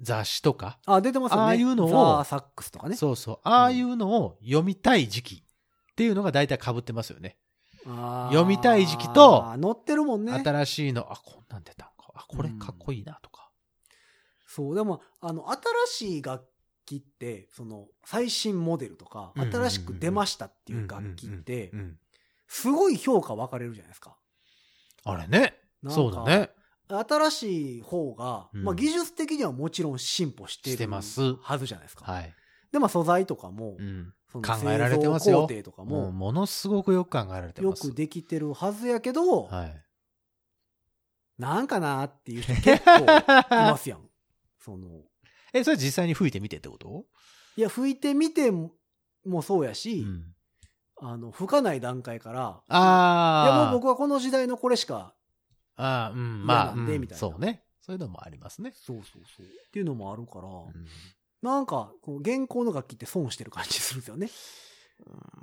雑誌とか、
あ、出てますよね。
ああいうのを
ザーサックスとかね。
そうそう、ああいうのを読みたい時期っていうのが大体被ってますよね。
あー
読みたい時期と
あー載ってるもんね。
新しいの、あ、こんなん出たんか。あ、これかっこいいなとか。
そう、でも、あの、新しい楽器って、その、最新モデルとか、
うんうんうんうん
新しく出ましたっていう楽器って
う、ん。
すごい評価分かれるじゃないですか。
あれね。
なんか
そうだね。
新しい方が、
うん
まあ、技術的にはもちろん進歩して
して
る
ます
はずじゃないですか。
はい。
で、まあ、素材とかも、
うん。
そ
考えられてますよ
製造工程とか
も
も、
う、ものすごくよく考えられて
よ
ます。
くできてるはずやけど、
はい。
なんかなーっていう人結構いますやん。 [LAUGHS] その、
[LAUGHS] え、それ実際に吹いてみてってこと
いや、吹いてみてもそうやし、
うん
あの、吹かない段階から、いや、
ああ。
もう僕はこの時代のこれしか、
ああ、うん、まあ、
嫌なんで
うん
みたいな
そうね。そういうのもありますね。
そうそうそう。っていうのもあるから、
うん
なんか、こう、現行の楽器って損してる感じするんですよね。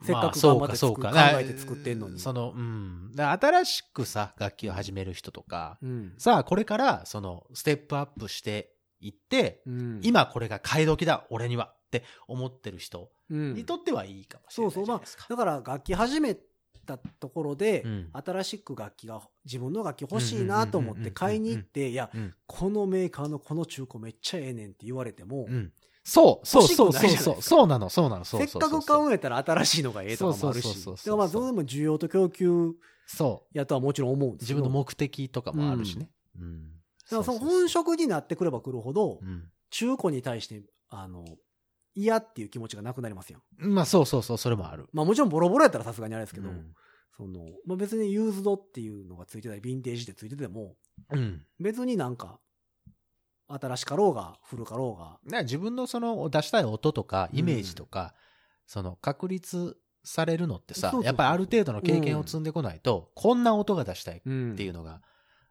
せっ
ま
か
あ
く
そ
頑
う
張っ
か
て
そう
作っ
か
考えて作ってんのに。
その、うん。だから新しくさ、楽器を始める人とか、
うん。
さあ、これから、その、ステップアップしていって、
うん、
今これが買い時だ、俺にはって思ってる人
うん
にとってはいいかもしれ
そうそ
ないじゃ
う。
な
ま
い
あ
ですか、。
だから楽器始めたところで、
うん
新しく楽器が、自分の楽器欲しいなと思って買いに行って、いや、
うん
このメーカーのこの中古めっちゃええねんって言われても、
うん。そう、そうそう
欲しくないじゃな
そう
いです
そ
か
う、そうなの、そうなの、そう
せ
そう
っ
そう
かく買うんやったら新しいのがええとかもある
そうそうそうそう
し。
そう
でもまあ、それでも需要と供給
そう。
やとはもちろん思うんです
自
けど。
分の目的とかもあるしね。うん。
だからその本職になってくればくるほど
う、ん。
中古に対して、あの、嫌っていう気持ちがなくなりますやん。
まあそうそうそう、それもある。
まあもちろんボロボロやったらさすがにあれですけど、
うん
その、まあ別にユーズドっていうのがついてたり、ヴィンテージってついてても、
うん。
別になんか、新しかろうが古かろうが、
ね、自分のその出したい音とかイメージとか、その確立されるのってさ
そうそうそう
やっぱりある程度の経験を積んでこないと、こんな音が出したいっ
って
いう
う。
のが、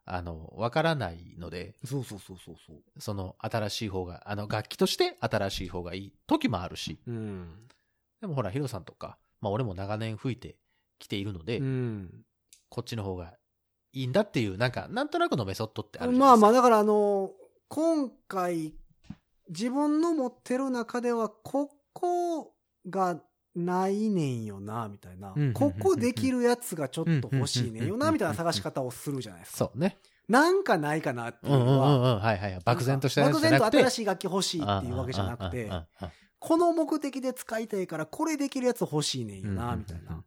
あの、わからないので、
そうそうそうそうそう。
その新しい方が、あの楽器として新しい方がいい時もあるし、
うん。
でもほら、ヒロさんとか、まあ俺も長年吹いてきているので、
うん。
こっちの方がいいんだっていう、なんか、なんとなくのメソッドってあるじゃ
まあ
ないですか。
まあだからあの、今回、自分の持ってる中では、ここがないねんよな、みたいな
うんうんうんうん。
ここできるやつがちょっと欲しいねんよな、みたいな探し方をするじゃないですか。
そうね。
なんかないかなって
う
い
ん
う
うんう
のは
ん、うん。はいはい。漠然としたやつじゃ
漠
な
然
く
と
て。
新しい楽器欲しいっていうわけじゃなくて
うんうんうん、うん
この目的で使いたいから、これできるやつ欲しいねんよな、みたい
うんうんうんうん
な。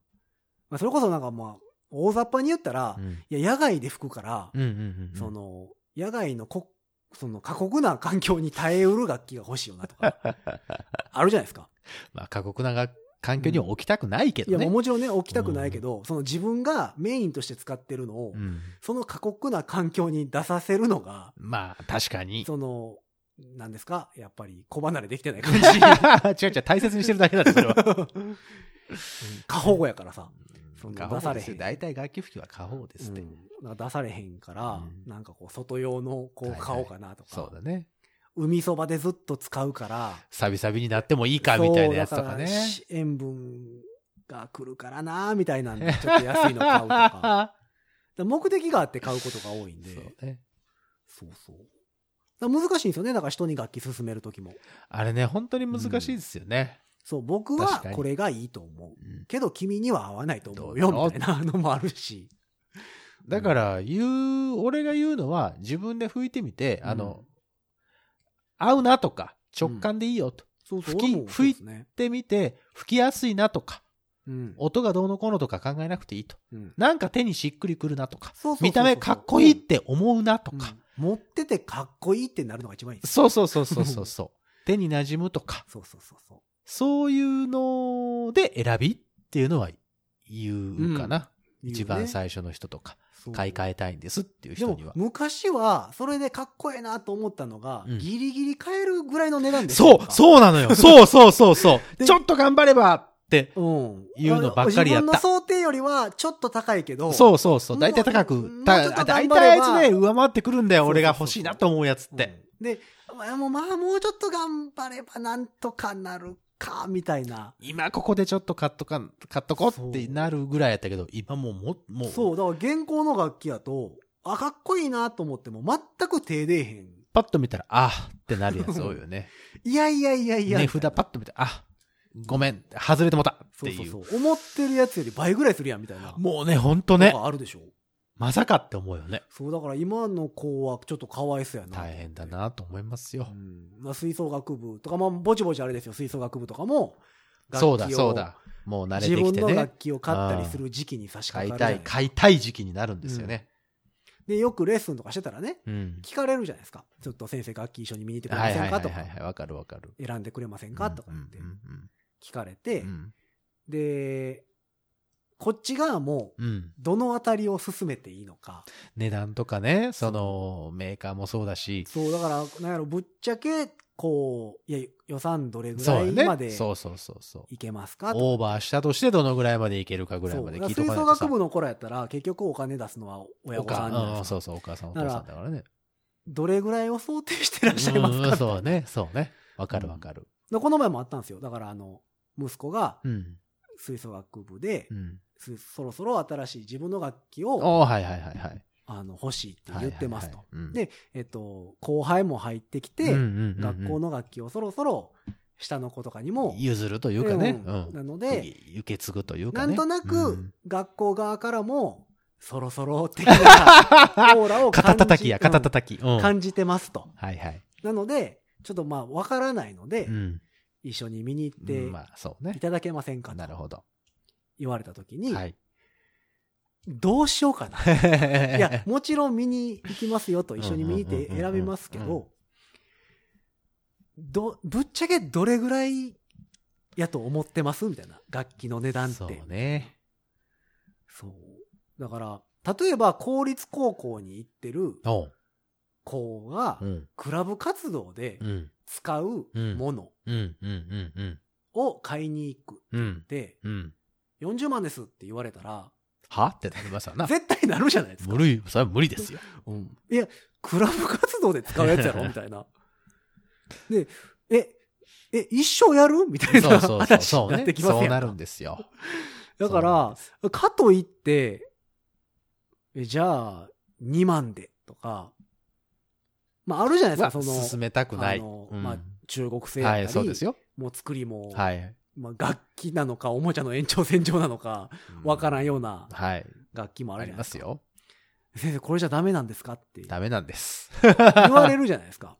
まあ、それこそなんかまあ、大雑把に言ったら、
うん
いや、野外で吹くから、
うんうんうん
その、野外のこ、その過酷な環境に耐えうる楽器が欲しいよなと
[LAUGHS]
か、あるじゃないですか。
まあ過酷なが環境には置きたくないけ
い
ど
や、
ね。
もうもちろんね、置きたくないけど、その自分がメインとして使ってるのを、
うん
その過酷な環境に出させるのが、
まあ確かに。
その、なんですかやっぱり小離れできてない感じ。
[LAUGHS] 違う違う、大切にしてるだけだって、それは。
過保護やからさ。 [LAUGHS] そんな
過保護で
出
す
されへ
よ
ん
大体楽器吹きは過保護ですって
う。んなんか出されへんから、
うん
なんかこう、外用のこ
は
う
いはい
買おうかなとか、
そうだね。
海そばでずっと使うから、
サビサビになってもいいかみたいなやつとかね。
そうだらし塩分が来るからなみたいなんで、ちょっと安いの買うとか。
[LAUGHS]
だから目的があって買うことが多いんで。
そうね。
そうそう。だから難しいんですよね。だから人に楽器勧めるときも。
あれね、本当に難しいですよね。
そう、僕は
確かに
これがいいと思う。
うん
けど君には合わないと思うよ、
どう
み
よ
たいなのもあるし。
だから、言う、俺が言うのは、自分で吹いてみて、あの、合うなとか、直感でいいよと。
そうそう、
吹き
俺もそうですね。
ってみて、吹きやすいなとか、
うん。
音がどうのこうのとか考えなくていいと。
うん
なんか手にしっくりくるなとか、
そうそうそうそう
見た目かっこいいって思うなと
うん
か、
持っててかっこいいってなるのが一番いいです。
そうそうそうそうそうそう。
[LAUGHS]
手に馴染むとか、
そうそうそうそう。
そういうので選びっていうのは言うかな。一番最初の人とか、
初
買い替えたいんですっていう
で
人
も
には。
昔はそれでかっこええなと思ったのが、
うん
ギリギリ買えるぐらいの値段でした
そうそうなのよそうそうそうそ
[LAUGHS] で
うちょっと頑張ればって。
う、うん、
いうのばっかり
自
やった
分の想定よりはちょっと高いけど
そうそうそう。
もう
大体高
もう
く。
ちょっと頑張
た大
れば
体あいつね、上回ってくるんだよ。
そうそうそう
俺が欲しいなと思うやつっ
うん
て。
で、まあ、もうまあもうちょっと頑張ればなんとかなるかみたいな
今ここでちょっと買っとかん、買っとこうってなるぐらいやったけど、今もうも、もう。
そうだから現行の楽器やとあかっこいいなと思っても全く手出えへん
パッと見たら、あってなるやつ多いよね。
いやいやいやいや
値札パッと見たら、あごめん、外れてもたっ
そ
て
う
いう。
そうそう思ってるやつより倍ぐらいするやんみたいな
もうね、ほんと
と
ね、
かあるでしょ
まさかって思うよね。
そうだから今の子はちょっとかわいそうやな
大変だなと思いますよ
う。んまあ、吹奏楽部とか、まあ、ぼちぼちあれですよ、吹奏楽部とかも、
そうだ、
楽器を
そうだ。もう慣
自
れてき
分
て
の
ね。
楽器を買ったりする時期に差し
買い
掛
た
かるじゃない
い、買いたい時期になるんですよね。
で、よくレッスンとかしてたらね、
うん。
聞かれるじゃないですか。ちょっと先生楽器一緒に見に行ってくれま
はいは
せ
い
んか
はい
と
は
か
い、はい。わかるわかる。
選んでくれませんかとかって
うんうん
聞かれ
う
て
んう、ん
で、こっち側も、
うんうん。
どのあたりを進めていいのか。
値段とかね、その、メーカーもそうだし。
そう、だから、なんやろ、ぶっちゃけ、こう、いや、予算どれぐら
そう
い
よ
ま
ね。
で
そうそうそうそう。
いけますかとか
オーバーしたとしてどのぐらいまでいけるかぐらいまで
そう
聞いと
吹
かない
奏
と
楽
さ。
部の頃やったら結局お金出すのは親
お
御さ
母
んじゃない
うん
ですか
そうそう、お母さんお
だから
父さんだからね。
どれぐらいを想定してらっしゃいますか、
うんそうね、そうね。わかるわかる。
でこの前もあったんですよだからあの息子が
うん。
吹奏楽部で、
うん。
すそろそろ新しい自分の楽器を
おーはいはいはいはい。
あの欲しいって言ってますと、
はいはいはい。うん
でえっと後輩も入ってきて、
うんうんうんうん
学校の楽器をそろそろ下の子とかにも
譲るというかね。
う
うんん。
なので、
受け継ぐという
な
かね。
んとな
う
く
ん
学校側からもそろそろ的なオーラを
[LAUGHS]
感じ
肩叩きや、肩叩き。うん。
うん
はい
感じてますと。
はい。
なので、ちょっとまあ、わからないので、
うん。
一緒に見に行
うんま
っ
あ、そう
てい
ね。
ただけませんか
なる
と
ほど。
言われたときに、
はい。
どうしようかな。
[LAUGHS]
い
い
や、、もちろん見に行きますよと、一緒に見に行って
うんうんうんうんう
選
ん
びますけ
うん
ど、ど、ぶっちゃけどれぐらいやと思ってますみたいな。楽器の値段って。
そ
そうう,、
ね。
だから、例えば公立高校に行ってる
おう。
子が
う、ん。
クラブ活動で
うん。
使うもの
うん。うん。うん。
を買いに行く
うん。うん。
って、
うん。
40万ですって言われたら、
はってなりますわな。
[LAUGHS] 絶対なるじゃないですか。
無理、それは無理ですよ。
うんいや、クラブ活動で使うやつやろみたい
[LAUGHS]
な。で、え、え、一生やるみたい
そ
な
うそうそう。
話
そ
に
う
なっ
ね
て。きま
そ
す
うな
や
るん
ん。
ですよ。
だか
そうなん
ら
で、す
かといって、えじゃあ、2万でとか、まあ、あるじゃないです
は
か、その、
進めたくない。
あの
うん
まあ、中国製やった
は
り、
い、そうですよ。
もう作りも、
はい。
まあ、楽器なのか、おもちゃの延長線上なのか、わからんような
はい。
楽器もあ
あ
るじ
り
ゃないで
ま
す
す
か。
よ。
先生、これじゃダメなんですかって
ダメなんです。
[LAUGHS] 言われるじゃない
[LAUGHS]
ですか。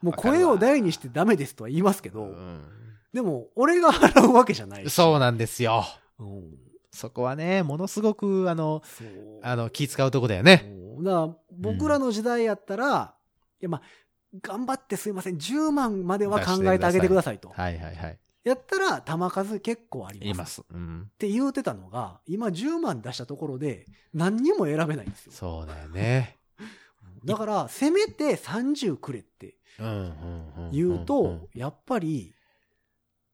もう
わかるわ
声を大にしてダメですとは言いますけど、
うん
でも俺が払うわけじゃないし。
そうなんですよ。
うん
そこはね、ものすごく、あの、
そう。
あの、気使うとこだよね。
うんだから僕らの時代やったら、いやまあ、頑張ってすいません、10万までは考えてあげてくださいと。
はいはいはい。
やったら球数結構あります。
言います。うん
っ。て言うてたのが、今10万出したところで何にも選べないんですよ。
そうだよね。
だから、せめて30くれって
うんうんんんん
言うと、やっぱり、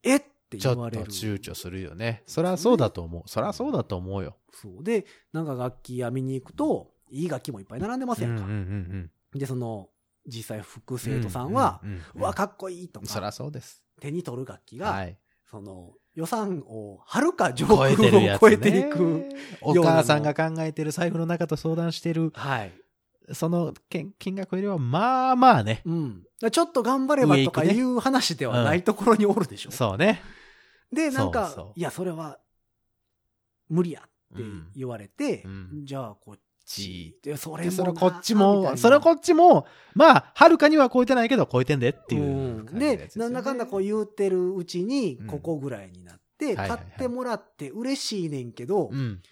えって
ちょ
言
っと
われる。
躊躇するよね。そりゃそうだと思う。そりゃそうだと思うよ。
そう。で、なんか楽器屋見に行くと、いい楽器もいっぱい並んでます
う
や
んうんん
か。
うん
で、その、実際副生徒さんは、、
うんうん
う
うん
わ、かっこいいと
そり
か、
ゃそうです。
手に取る楽器が、
はい。
その、予算をはるか上空を
超えてるやつ、ね。
超えていく。
お母さんが考えてる財布の中と相談してる
はい。
その金金額よりは、まあまあね。
うん。ちょっと頑張ればとか
上行く
い
ね
う話ではないところにおるでしょ。
そうね。
で、なんか、
そうそう
いや、それは、無理やって
うん
言われて、
うん
じゃあ、こっち
ち。
で、それ
で、
もな。
それこっち
みたい
も、
な
それこっちも、まあ、はるかには超えてないけど、超えてんでっていううん感じのやつ
で、
すよ
な
ね
んだかんだこう言うてるうちに
うん、
ここぐらいになって、
はいはい
買ってもらって嬉しいねんけど、
うん。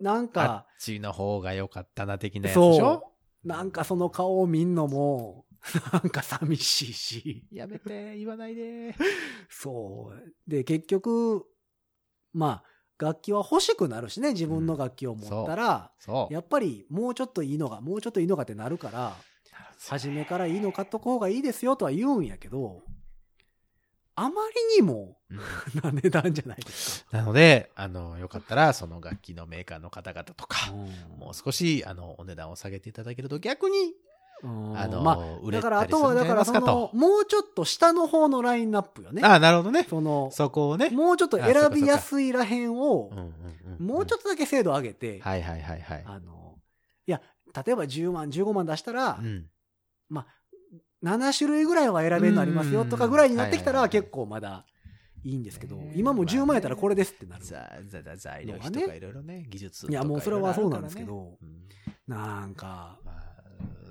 なん
あ
か、
っちの方が良かったな、的なやつでしょ
そう。なんかその顔を見んのも、 [LAUGHS] なんか寂しいし。
やめて、言わないで。
そう。で、結局、まあ、楽器は欲しくなるしね、自分の楽器を持ったら、
そう。
やっぱりもうちょっといいのが、もうちょっといいのがってなるから、初めからいいの買っとこうがいいですよとは言うんやけど、あまりにも
うん
[LAUGHS] な値段じゃないです
なので、あの、よかったら、その楽器のメーカーの方々と
か。
か、もう少し、あの、お値段を下げていただけると、逆に、
うん
あの、
まあ、
売れ
だか
た
らあ
りする
と
ん
は、
じ
だか
ゃない
ら
です
そ
か
の
と。、
もうちょっと下の方のラインナップよね。
ああ、なるほどね。
その、
そこをね。
もうちょっと
あそうか
選びやすいらへんを
うん、んん
もうちょっとだけ精度上げて、
はいはいはいはい。
あの、いや、例えば10万、15万出したら、
うん
まあ、7種類ぐらいは選べるのありますよとかぐらいになってきた
うん
ら
はいはいはい
結構まだいいんですけど、
ね
今も10万やったらこれですってなる。
ざざざ材料費とかいろいろね、技術とか
いやもうそれはそうなんですけ
いろ
ど
いろあるからね。うん
なんか、
まあ、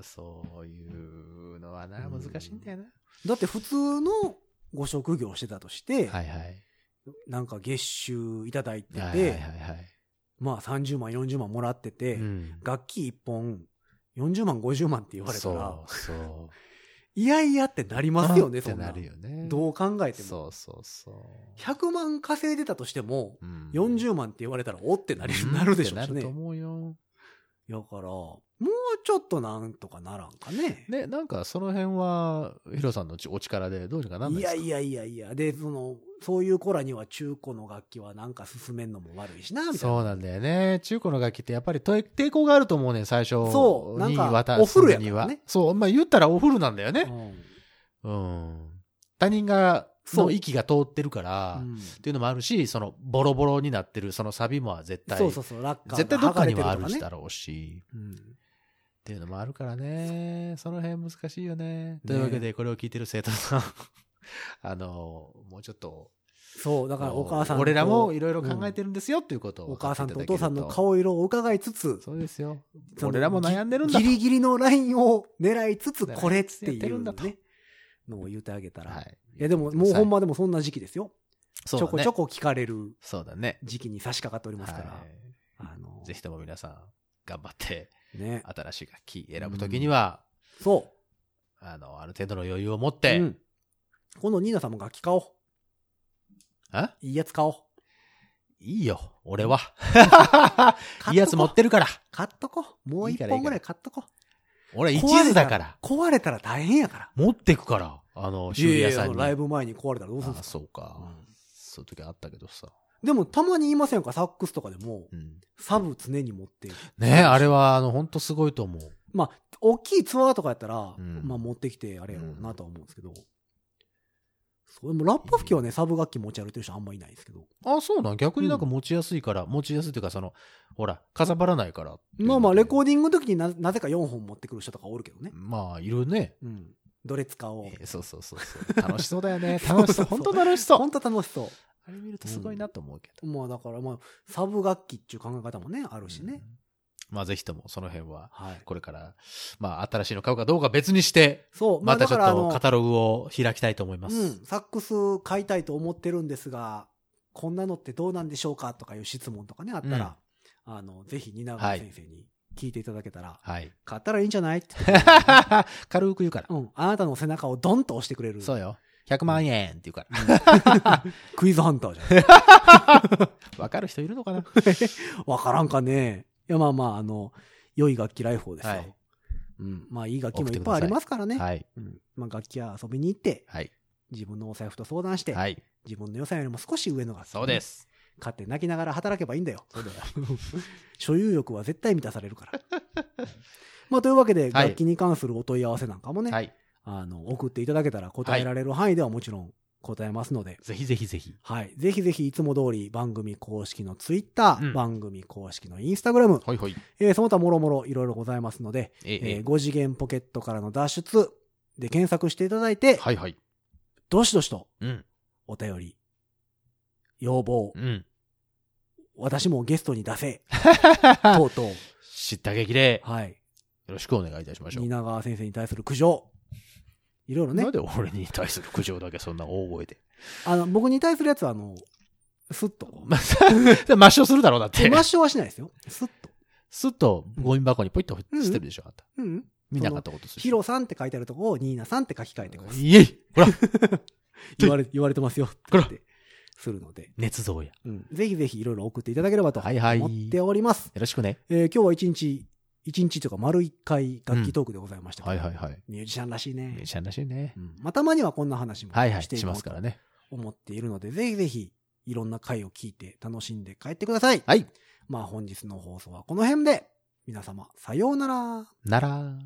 そういうのはな、
うん
難しいんだよな。
だって普通のご職業してたとして、
はいはい。
なんか月収いただいてて、
はいはいはいはい。
まあ30万、40万もらってて、
うん
楽器1本40万、50万って言われたら
そ、うそう。
いやいやってなりますよね、
っ
そ
て
ん
な
な。
るよね。
どう考えても。
そうそうそう。
100万稼いでたとしても、
うん
40万って言われたら、おってなり、なるでしょ
うんっ
うし
てなる
ね。
と
だか
思うよ。
ら、もうちょっとなんとかならんかね。
ね、なんかその辺は、ヒロさんのちお力でどうにかなんない
い
です
や
か
いやいやいや、で、その、そういう子らには中古の楽器はなんか進めんのも悪いしな、みたいな。
そうなんだよね。中古の楽器ってやっぱりと抵抗があると思うねん、最初に渡すには。
そうなんかお古やからね
そう、まあ言ったらお古なんだよね。
うん
うん。他人が、
そう
の息が通ってるから、
う
っ
ん
ていうのもあるし、そのボロボロになってる、そのサビも絶対、
そうそうそう、ラッカーが
絶対どっかにはあ
剥が
る
れて
し
と
だ
かね
ろうし、
うん
っていうのもあるからね。その辺難しいよね。というわけで、これを聞いてる生徒さん、 [LAUGHS] あの、もうちょっと、
そう、だからお母さんと
俺らもいろいろ考えてるんですよ、っていうことを
お
分か
母
って
さ
い
んとお
ただける
父
と。
さんの顔色を伺いつつ、
そうですよ。
その
俺らも悩んでるんだと。
ギリギリのラインを狙いつつ、これって
狙いつつやっ
い
てる
うん
だ
ね
と、
のを言ってあげたら。
はいい。
や、でももうほんまでもそんな時期ですよ。ち
そうだ
ょ
ね、
こちょこ聞かれる
そうだね。
時期に差し掛かっておりますから
は。
あの
い、ぜひとも皆さん、頑張って、
ね。
新しい楽器選ぶときには、
そ
あの、ある程度の余裕を持っ
う。
て、
うん今度ニーナさんも楽器買おう。
あ
いいやつ買おう。
いいよ、俺は。
買っとこ
[LAUGHS] いいやつ持ってるから。
買っとこう。もう
いい
一
から
本ぐらい買っとこう。
俺、一
壊れた
途だから。
壊れたら大変やから。
持ってくから。あの、修理屋さ
い
ん
やいや
に。
ライブ前に壊れたらどうするん
あ
ですか
そうか、
うん
そういう時あったけどさ。
でもたまに言いませんかサックスとかでも、
うん、
サブ常に持って。
ねえ、あれは、あの、ほんとすごいと思う。
まあ、大きいツアーとかやったら、
うん
まあ持ってきてあれやろうなとは思うんですけど。それもラッパ吹きはね、サブ楽器持ち歩いてる人あんまいないですけど。
あ、そうなん逆になんか持ちやすいから、持ちやすいというか、その、ほら、かさばらないからっていうの
まあ
で。
まあ、レコーディングの時にななぜか4本持ってくる人とかおるけどね。
まあ、いるね。
うん。どれ使おう。
えーそうそうそうそう。楽しそうだよ
[LAUGHS]
ね。
そうそうそう
楽しそう。本当楽しそう。
本当楽しそ
あれ見るとすごいなと思うけ
う。まあだから、まあ、サブ楽器っていう考え方もね、ある
ど。
しね。
うん。まあ、ぜひともその辺は、
はい。
これから、まあ、新しいの買うかどうかは別にして、
そう、
またち
だ
ょっ
からあ
と
の
カタログを開きたいと思います。
うん、サックス買いたいと思ってるんですが、こんなのってどうなんでしょうかとかいう質問とかね、あったら、あの、ぜひ、蜷川先生に聞いていただけたら、
はい。 [LAUGHS]
買ったらいいんじゃないって。
軽く言うから。
うん、あなたの背中をドンと押してくれる。
そうよ。100万円って言うから。
[LAUGHS] クイズハンターじゃん。
わかる人いるのかな
わからんかね。いや、まあまあ、あの、良い楽器ライフをですよ。
はい
うん、まあ、いい楽器もいっぱいありますからね。
はい。
うん、まあ、楽器は遊びに行って、
はい。
自分のお財布と相談して、
はい。
自分の予算よりも少し上の楽器、
そうで。す。
買って泣きながら働けばいいんだよ。 [LAUGHS] 所有欲は絶対満たされるから。 [LAUGHS] まあ、というわけで、
はい
楽器に関するお問い合わせなんかもね、
はい。
あの、送っていただけたら答えられる範囲ではもちろん答えますので、
ぜひぜひぜひ。
はい。ぜひぜひいつも通り番組公式のツイッター、
うん
番組公式のインスタグラム、
ほいほい。
えーその他もろもろいろいろございますので、
ええ
え
え
5次元ポケットからの脱出で検索していただいて、
え。はいはい。
どしどしと
うん。
お便り、要望、
[LAUGHS] うん。
私もゲストに出せ、とうとう、
知った激励。
はい。
よろしくお願いいたしましょう。
蜷川先生に対する苦情、いろいろね
なん、で俺に対する苦情だけそんな大声で。
あの、僕に対するやつは、あの、スッと。
[LAUGHS] まあ、さ抹消するだろうだって
手。抹消はしないですよ。スッと。
すっとゴミ箱にポイッと捨てるでしょ、あんた。
うん。
見なかったことする。
ヒロさんって書いてあるとこを、ニーナさんって書き換えてます。
いえい [LAUGHS] ほら
言われ、言われてますよ。って言っ
こ
て、するので。
捏造や。よ
うん。ぜひぜひいろいろ送っていただければと
はいはい
思っております。
ろしくね。
えー今日は一日、一日というか丸一回楽器トークでございましたけど、
いはい。
ミュージシャンらしいね
ミュー。ジシャンらしいね
う。んまあ、たまにはこんな話も
はいはい。
してい
し
こ
ま
う
す
と
からね。
思っているので、ぜひぜひいろんな回を聞いて楽しんで帰ってください。
はい。
まあ本日の放送はこの辺で、皆様さようなら。
なら。